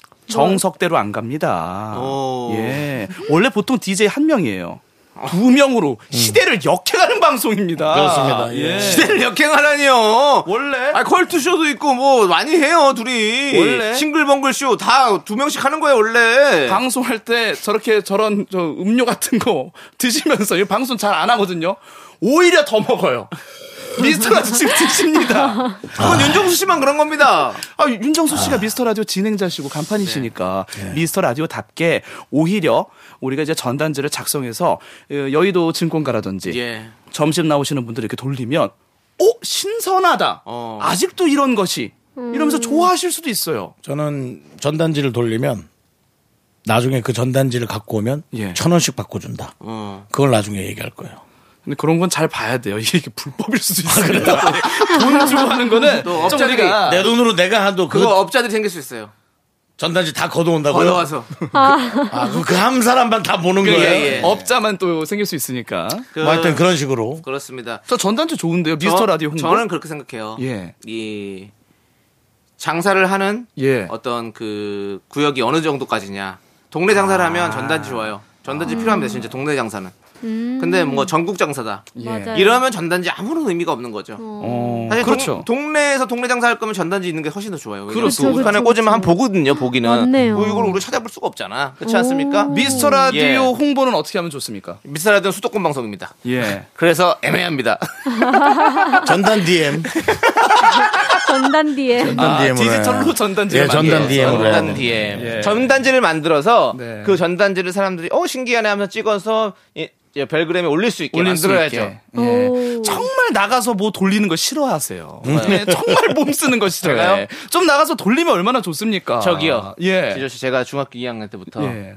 Speaker 1: 뭐?
Speaker 10: 정석대로 안 갑니다.
Speaker 2: 오.
Speaker 10: 예. 원래 보통 DJ 한 명이에요. 두 명으로 시대를 역행하는 방송입니다.
Speaker 1: 음. 그렇습니다. 예.
Speaker 2: 시대를 역행하라니요.
Speaker 10: 네. 원래
Speaker 2: 아, 컬투쇼도 있고, 뭐, 많이 해요, 둘이.
Speaker 10: 원래?
Speaker 2: 싱글벙글쇼 다 두 명씩 하는 거예요, 원래.
Speaker 10: 방송할 때 저렇게 저런 저 음료 같은 거 드시면서 이 방송 잘 안 하거든요. 오히려 더 먹어요. 미스터 라디오 지금 드십니다.
Speaker 2: 아. 그건 윤정수 씨만 그런 겁니다.
Speaker 10: 아, 윤정수 씨가 미스터 라디오 진행자시고 간판이시니까
Speaker 2: 네.
Speaker 10: 미스터 라디오답게 오히려 우리가 이제 전단지를 작성해서 어, 여의도 증권가라든지
Speaker 2: 예.
Speaker 10: 점심 나오시는 분들 이렇게 돌리면 어 신선하다.
Speaker 2: 어.
Speaker 10: 아직도 이런 것이 이러면서 좋아하실 수도 있어요.
Speaker 1: 저는 전단지를 돌리면 나중에 그 전단지를 갖고 오면
Speaker 10: 예.
Speaker 1: 천 원씩 바꿔준다.
Speaker 2: 어.
Speaker 1: 그걸 나중에 얘기할 거예요.
Speaker 10: 근데 그런 건 잘 봐야 돼요. 이게 불법일 수도 있습니다. 돈 주고 하는 거는
Speaker 2: 또
Speaker 10: 좀
Speaker 2: 업자들이
Speaker 10: 우리가
Speaker 1: 내 돈으로 내가 한도 아. 그
Speaker 2: 그거 업자들이 생길 수 있어요.
Speaker 1: 전단지 다 걷어온다고요?
Speaker 2: 걸어와서.
Speaker 1: 아, 그한 사람만 다 보는
Speaker 2: 예,
Speaker 1: 거예요?
Speaker 10: 네.
Speaker 2: 예.
Speaker 10: 업자만 또 생길 수 있으니까.
Speaker 2: 그,
Speaker 1: 뭐 하여튼 그런 식으로.
Speaker 2: 그렇습니다.
Speaker 10: 저 전단지 좋은데요. 미스터
Speaker 2: 저-
Speaker 10: 라디오 홍보.
Speaker 2: 저는 그렇게 생각해요.
Speaker 10: 예.
Speaker 2: 이 장사를 하는
Speaker 10: 예.
Speaker 2: 어떤 그 구역이 어느 정도까지냐. 동네 장사를 하면 전단지 좋아요. 전단지 필요합니다. 진짜 동네 장사는. 근데 뭐 전국 장사다.
Speaker 9: 음, 맞아요.
Speaker 2: 이러면 전단지 아무런 의미가 없는 거죠.
Speaker 10: 어,
Speaker 2: 사실
Speaker 10: 그렇죠.
Speaker 2: 동, 네에서 동네 장사할 거면 전단지 있는 게 훨씬 더 좋아요. 우
Speaker 9: 그렇죠,
Speaker 2: 에
Speaker 9: 그렇죠,
Speaker 2: 꽂으면 한
Speaker 9: 그렇죠.
Speaker 2: 보거든요. 보기는.
Speaker 9: 맞네요.
Speaker 2: 뭐 이걸 우리 찾아볼 수가 없잖아. 그렇지 않습니까?
Speaker 10: 미스터 라디오
Speaker 2: 예.
Speaker 10: 홍보는 어떻게 하면 좋습니까?
Speaker 2: 미스터라디오 수도권 방송입니다.
Speaker 10: 예.
Speaker 2: 그래서 애매합니다.
Speaker 1: 전단 DM.
Speaker 9: 전단 뒤에
Speaker 1: 전단 DM. 으로
Speaker 10: 디지털로
Speaker 1: 해요.
Speaker 10: 네. 전단지를
Speaker 1: 예, 전단
Speaker 10: 만들어서.
Speaker 1: DM으로 해야 돼.
Speaker 2: 전단 DM.
Speaker 10: 예.
Speaker 2: 전단지를 만들어서
Speaker 10: 네.
Speaker 2: 그 전단지를 사람들이 어 신기하네 하면서 찍어서 이- 이 별그램에 올릴 수 있게
Speaker 10: 올릴 수
Speaker 2: 만들어야죠.
Speaker 10: 있게. 예.
Speaker 9: 오.
Speaker 10: 정말 나가서 뭐 돌리는 거 싫어하세요. 예, 정말 몸 쓰는 거 싫어요.
Speaker 2: 제가요?
Speaker 10: 좀 나가서 돌리면 얼마나 좋습니까?
Speaker 2: 저기요.
Speaker 10: 예.
Speaker 2: 지조 씨 제가 중학교 2학년 때부터
Speaker 10: 예.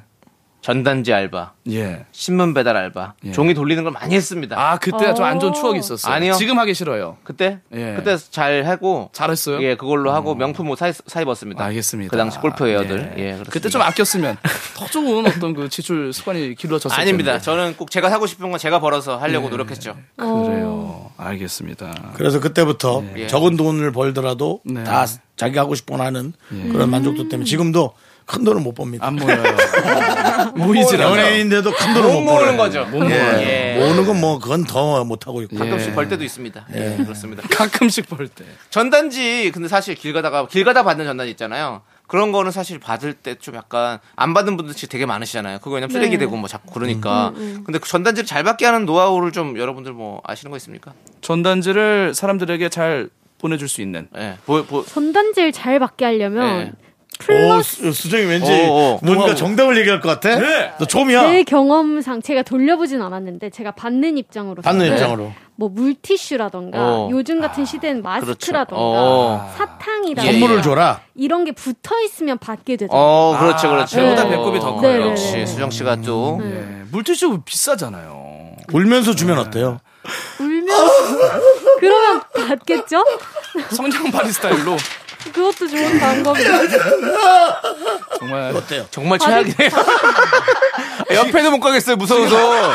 Speaker 2: 전단지 알바,
Speaker 10: 예.
Speaker 2: 신문 배달 알바,
Speaker 10: 예.
Speaker 2: 종이 돌리는 걸 많이 했습니다.
Speaker 10: 아, 그때 좀 안 좋은 추억이 있었어요.
Speaker 2: 아니요.
Speaker 10: 지금 하기 싫어요.
Speaker 2: 그때
Speaker 10: 예.
Speaker 2: 그때 잘 하고
Speaker 10: 잘했어요?
Speaker 2: 예, 그걸로 하고 명품 옷 사, 사 입었습니다.
Speaker 10: 알겠습니다.
Speaker 2: 그 당시 골프 웨어들. 예, 그렇습니다.
Speaker 10: 그때 좀 아꼈으면 더 좋은 어떤 그 지출 습관이 길러졌을
Speaker 2: 아닙니다. 예.
Speaker 10: 텐데.
Speaker 2: 저는 꼭 제가 사고 싶은 건 제가 벌어서 하려고 노력했죠.
Speaker 10: 그래요. 알겠습니다.
Speaker 1: 그래서 그때부터
Speaker 2: 예.
Speaker 1: 적은 돈을 벌더라도
Speaker 10: 네.
Speaker 1: 다 자기 하고 싶은 거 하는 그런 만족도 때문에 지금도 큰 돈을 못 봅니다.
Speaker 10: 안 모여요. 모이질 않아요.
Speaker 1: 연예인인데도 큰 돈을 못,
Speaker 2: 못 모으는
Speaker 1: 벌어요.
Speaker 2: 거죠. 못
Speaker 1: 예. 모으는 건 뭐 그건 더 못하고 있고.
Speaker 2: 가끔씩 벌 때도 있습니다. 예, 그렇습니다.
Speaker 10: 가끔씩 볼 때.
Speaker 2: 전단지 근데 사실 길 가다가 길 가다 받는 전단지 있잖아요. 그런 거는 사실 받을 때 좀 약간 안 받은 분들 진짜 되게 많으시잖아요. 그거 그냥
Speaker 9: 네.
Speaker 2: 쓰레기 되고 뭐 자꾸 그러니까.
Speaker 9: 음,
Speaker 2: 근데 그 전단지를 잘 받게 하는 노하우를 좀 여러분들 뭐 아시는 거 있습니까?
Speaker 10: 전단지를 사람들에게 잘 보내줄 수 있는.
Speaker 2: 예. 보, 보,
Speaker 9: 전단지를 잘 받게 하려면
Speaker 2: 예.
Speaker 1: 오,
Speaker 9: 플러스
Speaker 1: 수- 수정이 왠지
Speaker 2: 오, 오.
Speaker 1: 뭔가
Speaker 2: 고마워.
Speaker 1: 정답을 얘기할 것 같아? 너 좀이야.
Speaker 9: 제 경험상 제가 돌려보진 않았는데 제가 받는 입장으로
Speaker 1: 받는 입장으로.
Speaker 9: 뭐 물티슈라던가
Speaker 2: 어.
Speaker 9: 요즘 같은 시대엔 마스크라던가
Speaker 2: 어.
Speaker 9: 사탕이라던가
Speaker 2: 예,
Speaker 1: 선물을 줘라.
Speaker 9: 이런 게 붙어 있으면 받게 되죠.
Speaker 2: 어, 그렇죠, 그렇죠.
Speaker 10: 배보다 배꼽이 더
Speaker 9: 커요. 네, 네,
Speaker 2: 역시
Speaker 9: 네.
Speaker 2: 수정 씨가 또
Speaker 10: 예. 물티슈 비싸잖아요.
Speaker 1: 울면서 주면 어때요?
Speaker 9: 울면 그러면 받겠죠?
Speaker 10: 성냥 바리 스타일로
Speaker 9: 그것도 좋은 방법이죠.
Speaker 10: 정말
Speaker 2: 정말 최악이네요. 옆에도 못 가겠어요, 무서워서.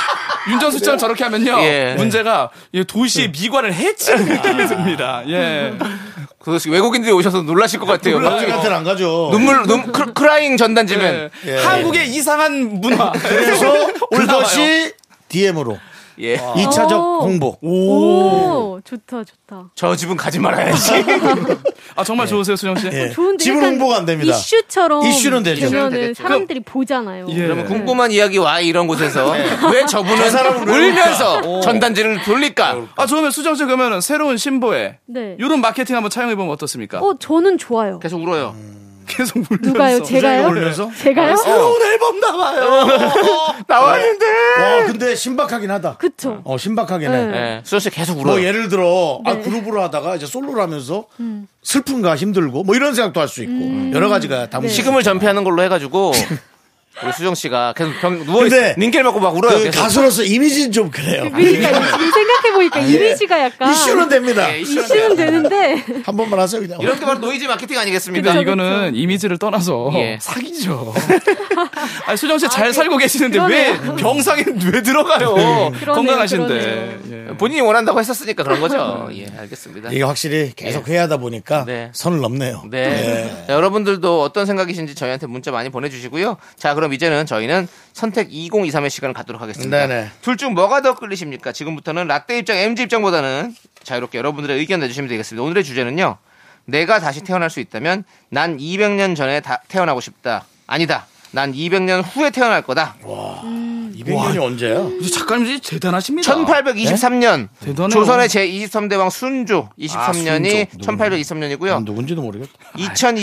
Speaker 10: 윤정수 씨처럼 저렇게 하면요
Speaker 2: 예. 네.
Speaker 10: 문제가 이 도시의 미관을 해치는 느낌이 듭니다. 예.
Speaker 2: 그 외국인들이 오셔서 놀라실 것 같아요.
Speaker 1: 울면서 같은 안 가죠.
Speaker 2: 눈물, 눈, 크, 크라잉 전단지맨.
Speaker 10: 예. 아, 한국의 이상한 문화.
Speaker 1: 그래서
Speaker 10: 올라와요.
Speaker 1: 그것이 DM으로
Speaker 2: 예.
Speaker 1: 이차적
Speaker 9: 오.
Speaker 1: 홍보.
Speaker 9: 오, 좋다, 좋다.
Speaker 2: 저 집은 가지 말아야지.
Speaker 10: 아 정말 좋으세요 수정 씨?
Speaker 1: 예.
Speaker 9: 좋은데
Speaker 1: 집은
Speaker 9: 약간
Speaker 1: 홍보가 안 됩니다.
Speaker 9: 이슈처럼
Speaker 1: 이슈는 되죠.
Speaker 9: 되면은
Speaker 2: 되겠죠.
Speaker 9: 사람들이 보잖아요.
Speaker 2: 그러면 궁금한 이야기 와 이런 곳에서 왜 저분은 울면서 전단지를 돌릴까?
Speaker 10: 아 그러면 수정 씨 그러면 새로운 신보에
Speaker 9: 네.
Speaker 10: 이런 마케팅 한번 차용해 보면 어떻습니까?
Speaker 9: 어, 저는 좋아요.
Speaker 2: 계속 울어요.
Speaker 10: 계속 울면서
Speaker 9: 누가요? 제가요? 제가요?
Speaker 10: 새로운 앨범 나와요.
Speaker 2: 나왔는데.
Speaker 1: 와, 근데 신박하긴 하다.
Speaker 9: 그쵸.
Speaker 1: 어, 신박하긴 해.
Speaker 9: 네.
Speaker 2: 예, 수정 씨 계속 울어요.
Speaker 1: 뭐 예를 들어 아 그룹으로 하다가 이제 솔로로 하면서 슬픈가 힘들고 뭐 이런 생각도 할 수 있고 여러 가지가 담
Speaker 2: 네. 식음을 전폐하는 걸로 해가지고 우리 수정 씨가 계속 병 누워 있어. 링겔 맞고 막 울어요.
Speaker 1: 그
Speaker 2: 계속.
Speaker 1: 가수로서 이미지는 좀 그래요.
Speaker 9: 그러니까 지금 생각해 보니까
Speaker 1: 아, 예.
Speaker 9: 이미지가 약간
Speaker 1: 이슈는 됩니다.
Speaker 2: 예, 이슈는
Speaker 9: 이슈는 되는데
Speaker 1: 한 번만 하세요 그냥.
Speaker 2: 이렇게 바로 노이즈 마케팅 아니겠습니까?
Speaker 10: 근데 이거는 이미지를 떠나서
Speaker 2: 예. 네.
Speaker 10: 사기죠. 아니, 수정 씨 잘 살고 계시는데
Speaker 2: 그러네요.
Speaker 10: 왜 병상에 왜 들어가요?
Speaker 2: 그러네요,
Speaker 10: 건강하신데.
Speaker 2: 본인이 원한다고 했었으니까 그런 거죠. 예, 알겠습니다.
Speaker 3: 이게 확실히 계속 회의하다 보니까 선을 넘네요.
Speaker 2: 네. 자, 여러분들도 어떤 생각이신지 저희한테 문자 많이 보내주시고요. 자, 그럼 이제는 저희는 선택 2023의 시간을 갖도록 하겠습니다.
Speaker 3: 네네.
Speaker 2: 둘 중 뭐가 더 끌리십니까? 지금부터는 라떼 입장, MG 입장보다는 자유롭게 여러분들의 의견 내주시면 되겠습니다. 오늘의 주제는요. 내가 다시 태어날 수 있다면 난 200년 전에 다- 태어나고 싶다. 아니다. 난 200년 후에 태어날 거다.
Speaker 1: 이백년이 언제야?
Speaker 10: 예. 작가님들이 대단하십니다.
Speaker 2: 1823년
Speaker 10: 네? 대단해요.
Speaker 2: 조선의 제23대왕 순조
Speaker 10: 아, 순조.
Speaker 2: 23년이
Speaker 10: 누구?
Speaker 2: 1823년이고요.
Speaker 3: 누군지도 모르겠다.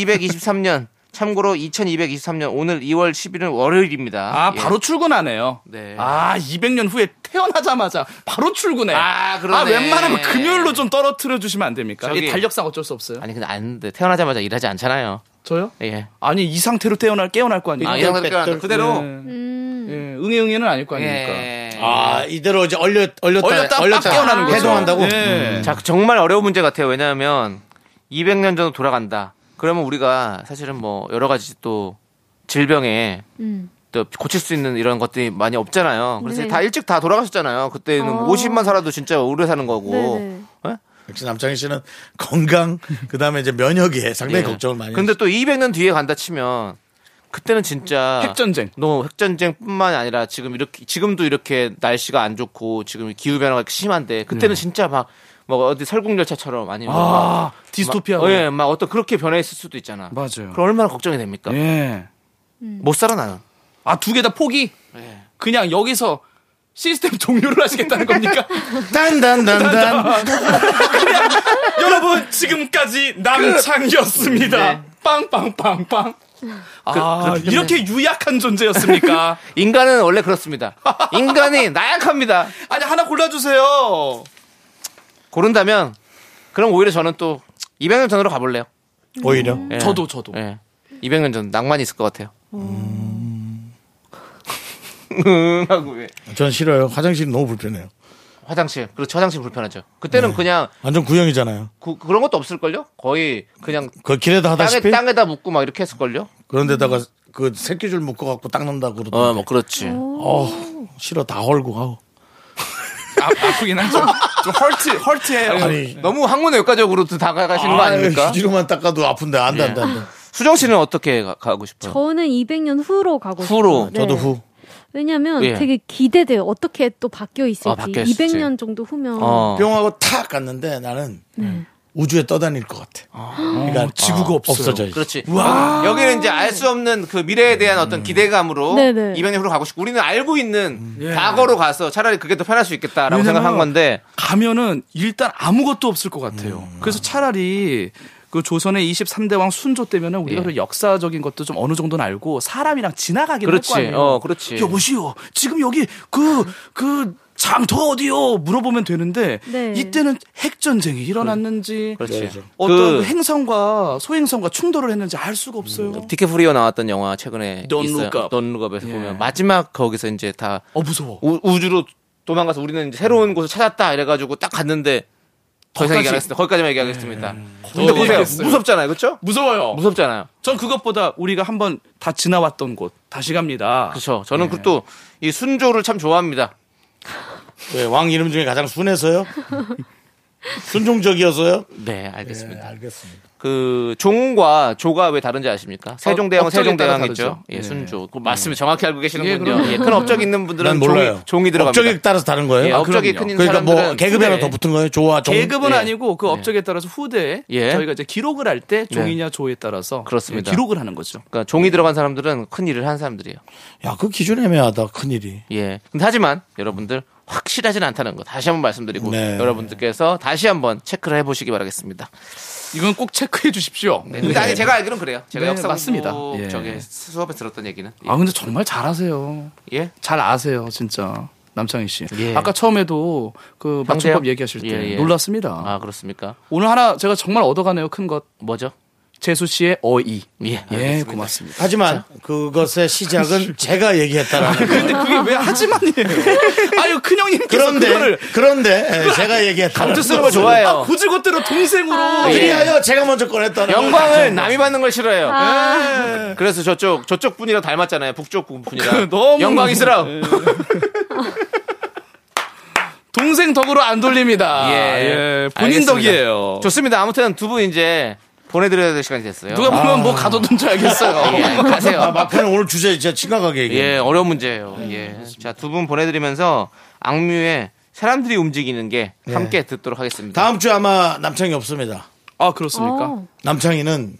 Speaker 2: 2223년 참고로 2223년 오늘 2월 10일은 월요일입니다. 예.
Speaker 10: 아, 바로 출근하네요.
Speaker 2: 네.
Speaker 10: 아, 200년 후에 태어나자마자 바로 출근해. 아,
Speaker 2: 그러네.
Speaker 10: 웬만하면 금요일로 좀 떨어뜨려 주시면 안 됩니까?
Speaker 2: 저기-
Speaker 10: 이 달력상 어쩔 수 없어요.
Speaker 2: 아니 근데 안 돼. 태어나자마자 일하지 않잖아요.
Speaker 10: 저요?
Speaker 2: 예.
Speaker 10: 아니, 이 상태로 태어날 깨어날 거 아닙니까?
Speaker 2: 아, 음. 이 상태로 깨어난다. 그대로.
Speaker 10: 예, 응애응애는 아닐 거 아닙니까?
Speaker 2: 예.
Speaker 10: 그러니까.
Speaker 3: 아, 이대로 이제 얼려 얼렸다
Speaker 10: 얼렸다, 딱 깨어나는 거죠.
Speaker 3: 해동한다고.
Speaker 10: 예.
Speaker 2: 네. 자, 정말 어려운 문제 같아요. 왜냐하면 200년 전으로 돌아간다. 그러면 우리가 사실은 뭐 여러 가지 또 질병에
Speaker 9: 음.
Speaker 2: 또 고칠 수 있는 이런 것들이 많이 없잖아요. 그래서
Speaker 9: 네.
Speaker 2: 다 일찍 다 돌아가셨잖아요. 그때는
Speaker 9: 어.
Speaker 2: 50만 살아도 진짜 오래 사는 거고.
Speaker 9: 네네.
Speaker 3: 역시 남창희 씨는 건강 그다음에 이제 면역에 상당히
Speaker 10: 네,
Speaker 2: 예.
Speaker 3: 걱정을 많이.
Speaker 2: 근데 또 200년 뒤에 간다 치면 그때는 진짜
Speaker 10: 핵전쟁.
Speaker 2: 너 핵전쟁뿐만 아니라 지금 이렇게 지금도 이렇게 날씨가 안 좋고 지금 기후 변화가 심한데 그때는 진짜 막 뭐 어디 설국열차처럼 아니면
Speaker 10: 네. 아,
Speaker 2: 막-
Speaker 10: 디스토피아.
Speaker 2: 막, 예, 막 어떤 그렇게 변해 있을 수도 있잖아.
Speaker 10: 맞아요.
Speaker 2: 그럼 얼마나 걱정이 됩니까?
Speaker 10: 예.
Speaker 2: 못 살아 나는.
Speaker 10: 아, 두 개 다 포기? 그냥 여기서 시스템 종료를 하시겠다는 겁니까?
Speaker 3: 단단단단.
Speaker 10: 여러분, 지금까지 남창이었습니다. 빵빵빵빵. 아,
Speaker 2: 그-
Speaker 10: 이렇게 유약한 존재였습니까?
Speaker 2: 인간은 원래 그렇습니다. 인간이 나약합니다.
Speaker 10: 아니, 하나 골라주세요.
Speaker 2: 고른다면 그럼 오히려 저는 또 200년 전으로 가볼래요.
Speaker 3: 오히려
Speaker 1: 네.
Speaker 2: 예.
Speaker 10: 저도, 저도.
Speaker 2: 예. 200년 전 낭만이 있을 것 같아요. 하고 왜?
Speaker 3: 예. 전 싫어요. 화장실이 너무 불편해요.
Speaker 2: 화장실. 그렇죠. 화장실 불편하죠.
Speaker 3: 네.
Speaker 2: 그때는 그냥
Speaker 3: 완전 구형이잖아요.
Speaker 2: 그, 그런 것도 없을걸요? 거의 그냥
Speaker 3: 그 길에다
Speaker 2: 땅에,
Speaker 3: 하다시피
Speaker 2: 땅에다 묻고 막 이렇게 했을걸요?
Speaker 3: 그런데다가 그 새끼줄 묶어 갖고 닦는다 고 그러던데.
Speaker 2: 어, 뭐 그렇지.
Speaker 3: 어, 싫어 다 헐고 아우.
Speaker 10: 아, 아프긴 하죠. 좀 헐트, 헐트해요.
Speaker 3: 아니
Speaker 2: 너무 학문의 역가적으로 또 다가가시는 거 아닙니까? 예.
Speaker 3: 휴지로만 닦아도 아픈데 안돼 안돼 안돼.
Speaker 2: 수정 씨는 어떻게 가, 고 싶어요?
Speaker 9: 저는 200년 후로 가고
Speaker 2: 후로.
Speaker 9: 싶어요.
Speaker 3: 저도
Speaker 9: 네.
Speaker 3: 후.
Speaker 9: 왜냐면
Speaker 2: 예.
Speaker 9: 되게 기대돼요. 어떻게 또 바뀌어 있을지.
Speaker 2: 아, 바뀌어 있을지.
Speaker 9: 200년 정도 후면 아,
Speaker 2: 어.
Speaker 3: 병하고 탁 갔는데 나는
Speaker 2: 네.
Speaker 3: 우주에 떠다닐 것 같아.
Speaker 2: 어.
Speaker 3: 그러니까 지구가 없어져.
Speaker 2: 그렇지. 여기는 이제 알 수 없는 그 미래에 대한
Speaker 3: 음.
Speaker 2: 어떤 기대감으로
Speaker 9: 네네.
Speaker 2: 200년 후로 가고 싶고 우리는 알고 있는 예.
Speaker 3: 예.
Speaker 2: 과거로 가서 차라리 그게 더 편할 수 있겠다라고 생각한 건데
Speaker 10: 가면은 일단 아무것도 없을 것 같아요.
Speaker 2: 음.
Speaker 10: 그래서 차라리 그 조선의 23대 왕 순조 때면은 우리가
Speaker 2: 예.
Speaker 10: 그 역사적인 것도 좀 어느 정도는 알고 사람이랑 지나가긴
Speaker 2: 그렇지.
Speaker 10: 할거 아니에요.
Speaker 2: 어, 그렇지.
Speaker 10: 여보시오. 지금 여기 그, 그 장터가 어디요? 물어보면 되는데
Speaker 9: 네.
Speaker 10: 이때는 핵전쟁이 일어났는지
Speaker 2: 그렇지.
Speaker 10: 어떤
Speaker 2: 그-
Speaker 10: 행성과 소행성과 충돌을 했는지 알 수가 없어요.
Speaker 2: 디케프리오 나왔던 영화 최근에
Speaker 10: Don't
Speaker 2: 있어요.
Speaker 10: Look Up.
Speaker 2: Don't Look Up에서
Speaker 10: 예.
Speaker 2: 보면 마지막 거기서 이제 다
Speaker 10: 어, 무서워.
Speaker 2: 우, 우주로 도망가서 우리는 이제 새로운 곳을 찾았다 이래가지고 딱 갔는데 더 이상
Speaker 10: 거기까지-
Speaker 2: 얘기 안 하겠습니다. 거기까지만 얘기하겠습니다.
Speaker 10: 거기까지
Speaker 2: 근데 보세요.
Speaker 10: 얘기했어요. 어.
Speaker 2: 무섭잖아요. 그렇죠?
Speaker 10: 무서워요.
Speaker 2: 무섭잖아요.
Speaker 10: 전 그것보다 우리가 한번 다 지나왔던 곳 다시 갑니다. 예. 네.
Speaker 2: 그렇죠. 저는 그 또 이 순조를 참 좋아합니다.
Speaker 3: 예, 왜왕 이름 중에 가장 순해서요? 순종적이어서요? 예,
Speaker 2: 네, 알겠습니다.
Speaker 3: 알겠습니다.
Speaker 2: 그 종과 조가 왜 다른지 아십니까? 세종대왕
Speaker 10: 업적에 따라
Speaker 2: 세종대왕이죠.
Speaker 10: 다르죠.
Speaker 2: 예, 순조. 그 말씀을 정확히 알고 계시는군요.
Speaker 10: 그럼요.
Speaker 2: 예, 큰 업적 있는 분들은
Speaker 3: 난 몰라요.
Speaker 2: 종이, 종이 들어갑니다.
Speaker 3: 업적에 따라서 다른 거예요?
Speaker 2: 예,
Speaker 10: 아,
Speaker 2: 업적이
Speaker 10: 그럼요.
Speaker 2: 큰
Speaker 3: 그러니까 뭐
Speaker 2: 사람들은
Speaker 3: 계급에 하나
Speaker 2: 네.
Speaker 3: 더 붙은 거예요? 좋아, 종.
Speaker 10: 계급은
Speaker 2: 예.
Speaker 10: 아니고 그 업적에 따라서 후대에
Speaker 2: 예. 네.
Speaker 10: 저희가 이제 기록을 할 때 종이냐 조에 따라서
Speaker 2: 그렇습니다.
Speaker 10: 예, 기록을 하는 거죠.
Speaker 2: 그러니까 종이 들어간 사람들은 큰 일을 한 사람들이에요.
Speaker 3: 야, 그 기준 애매하다. 큰일이.
Speaker 2: 예. 근데 하지만 여러분들 확실하진 않다는 거 다시 한번 말씀드리고
Speaker 3: 네.
Speaker 2: 여러분들께서 다시 한번 체크를 해보시기 바라겠습니다. 네.
Speaker 10: 이건 꼭 체크해 주십시오.
Speaker 2: 근데 아니 제가 알기로는 그래요. 제가
Speaker 10: 네,
Speaker 2: 역사
Speaker 10: 맞습니다.
Speaker 2: 공부
Speaker 10: 예.
Speaker 2: 저기 수업에 들었던 얘기는 예.
Speaker 10: 아 근데 정말 잘하세요.
Speaker 2: 예?
Speaker 10: 잘 아세요, 진짜. 남창희 씨.
Speaker 2: 예.
Speaker 10: 아까 처음에도 그
Speaker 2: 형제요?
Speaker 10: 맞춤법 얘기하실 때
Speaker 2: 예, 예.
Speaker 10: 놀랐습니다.
Speaker 2: 아 그렇습니까?
Speaker 10: 오늘 하나 제가 정말 얻어가네요, 큰 것.
Speaker 2: 뭐죠?
Speaker 10: 재수 씨의 어이.
Speaker 2: 예,
Speaker 10: 예 고맙습니다.
Speaker 1: 하지만 그것의 시작은 제가 얘기했다라는
Speaker 2: 아,
Speaker 1: 거.
Speaker 10: 근데 그게 왜 하지만이에요? 아유 큰형님께서
Speaker 1: 그런데
Speaker 10: 그거를
Speaker 1: 그런데 예, 제가 얘기했다는
Speaker 10: 감투 쓰는 거
Speaker 1: 거.
Speaker 10: 좋아해요.
Speaker 2: 어.
Speaker 1: 아,
Speaker 10: 굳이 그대로 동생으로.
Speaker 1: 그리하여 제가 먼저 꺼냈다는
Speaker 10: 아,
Speaker 2: 영광을 남이 받는 걸 싫어해요. 예. 그래서 저쪽 저쪽 분이랑 닮았잖아요. 북쪽
Speaker 10: 그
Speaker 2: 분이랑.
Speaker 10: 너무- 예.
Speaker 2: 영광이 쓰라.
Speaker 10: 동생 덕으로 안 돌립니다. 예, 본인
Speaker 2: 알겠습니다.
Speaker 10: 덕이에요.
Speaker 2: 좋습니다. 아무튼 두 분 이제 보내드려야 될 시간이 됐어요.
Speaker 10: 누가 뭐 보면 뭐 가둬둔 줄 알겠어요.
Speaker 2: 아. 예, 가세요.
Speaker 1: 아, 막판에 오늘 주제 진짜 심각하게 얘기해.
Speaker 2: 예, 어려운 문제예요. 예. 자, 두 분 보내드리면서 악뮤의 사람들이 움직이는 게 함께 듣도록 하겠습니다.
Speaker 1: 다음 주에 아마 남창이 없습니다.
Speaker 10: 아 그렇습니까?
Speaker 9: 어.
Speaker 1: 남창이는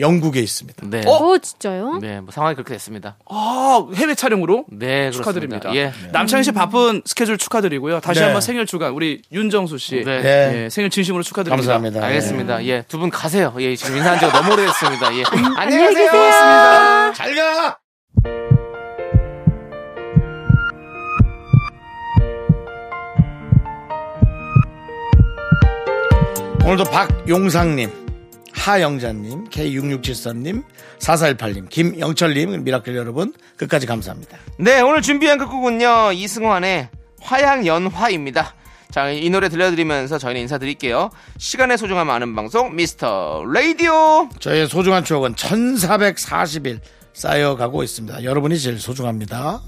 Speaker 1: 영국에 있습니다.
Speaker 2: 네.
Speaker 9: 오, 어, 진짜요?
Speaker 2: 네, 뭐 상황이 그렇게 됐습니다.
Speaker 10: 아 해외 촬영으로
Speaker 2: 네, 그렇습니다.
Speaker 10: 축하드립니다.
Speaker 2: 예.
Speaker 10: 남창희 씨 바쁜 스케줄 축하드리고요. 다시
Speaker 1: 네.
Speaker 10: 한번 생일 주간 우리 윤정수 씨
Speaker 2: 네.
Speaker 1: 예.
Speaker 10: 예, 생일 진심으로 축하드립니다.
Speaker 1: 감사합니다.
Speaker 2: 알겠습니다. 예, 두 분 가세요. 예, 지금 인사한 지가 너무 오래됐습니다. 예. 안녕히
Speaker 9: 계세요.
Speaker 2: 계세요.
Speaker 1: 예. 잘 가. 오늘도 박용상님, 하영자님, K6673님, 4418님, 김영철님, 미라클 여러분, 끝까지 감사합니다.
Speaker 2: 네, 오늘 준비한 끝곡은요. 이승환의 화양연화입니다. 자, 이 노래 들려드리면서 저희는 인사드릴게요. 시간의 소중함 아는 방송 미스터 라디오.
Speaker 1: 저의 소중한 추억은 1440일 쌓여가고 있습니다. 여러분이 제일 소중합니다.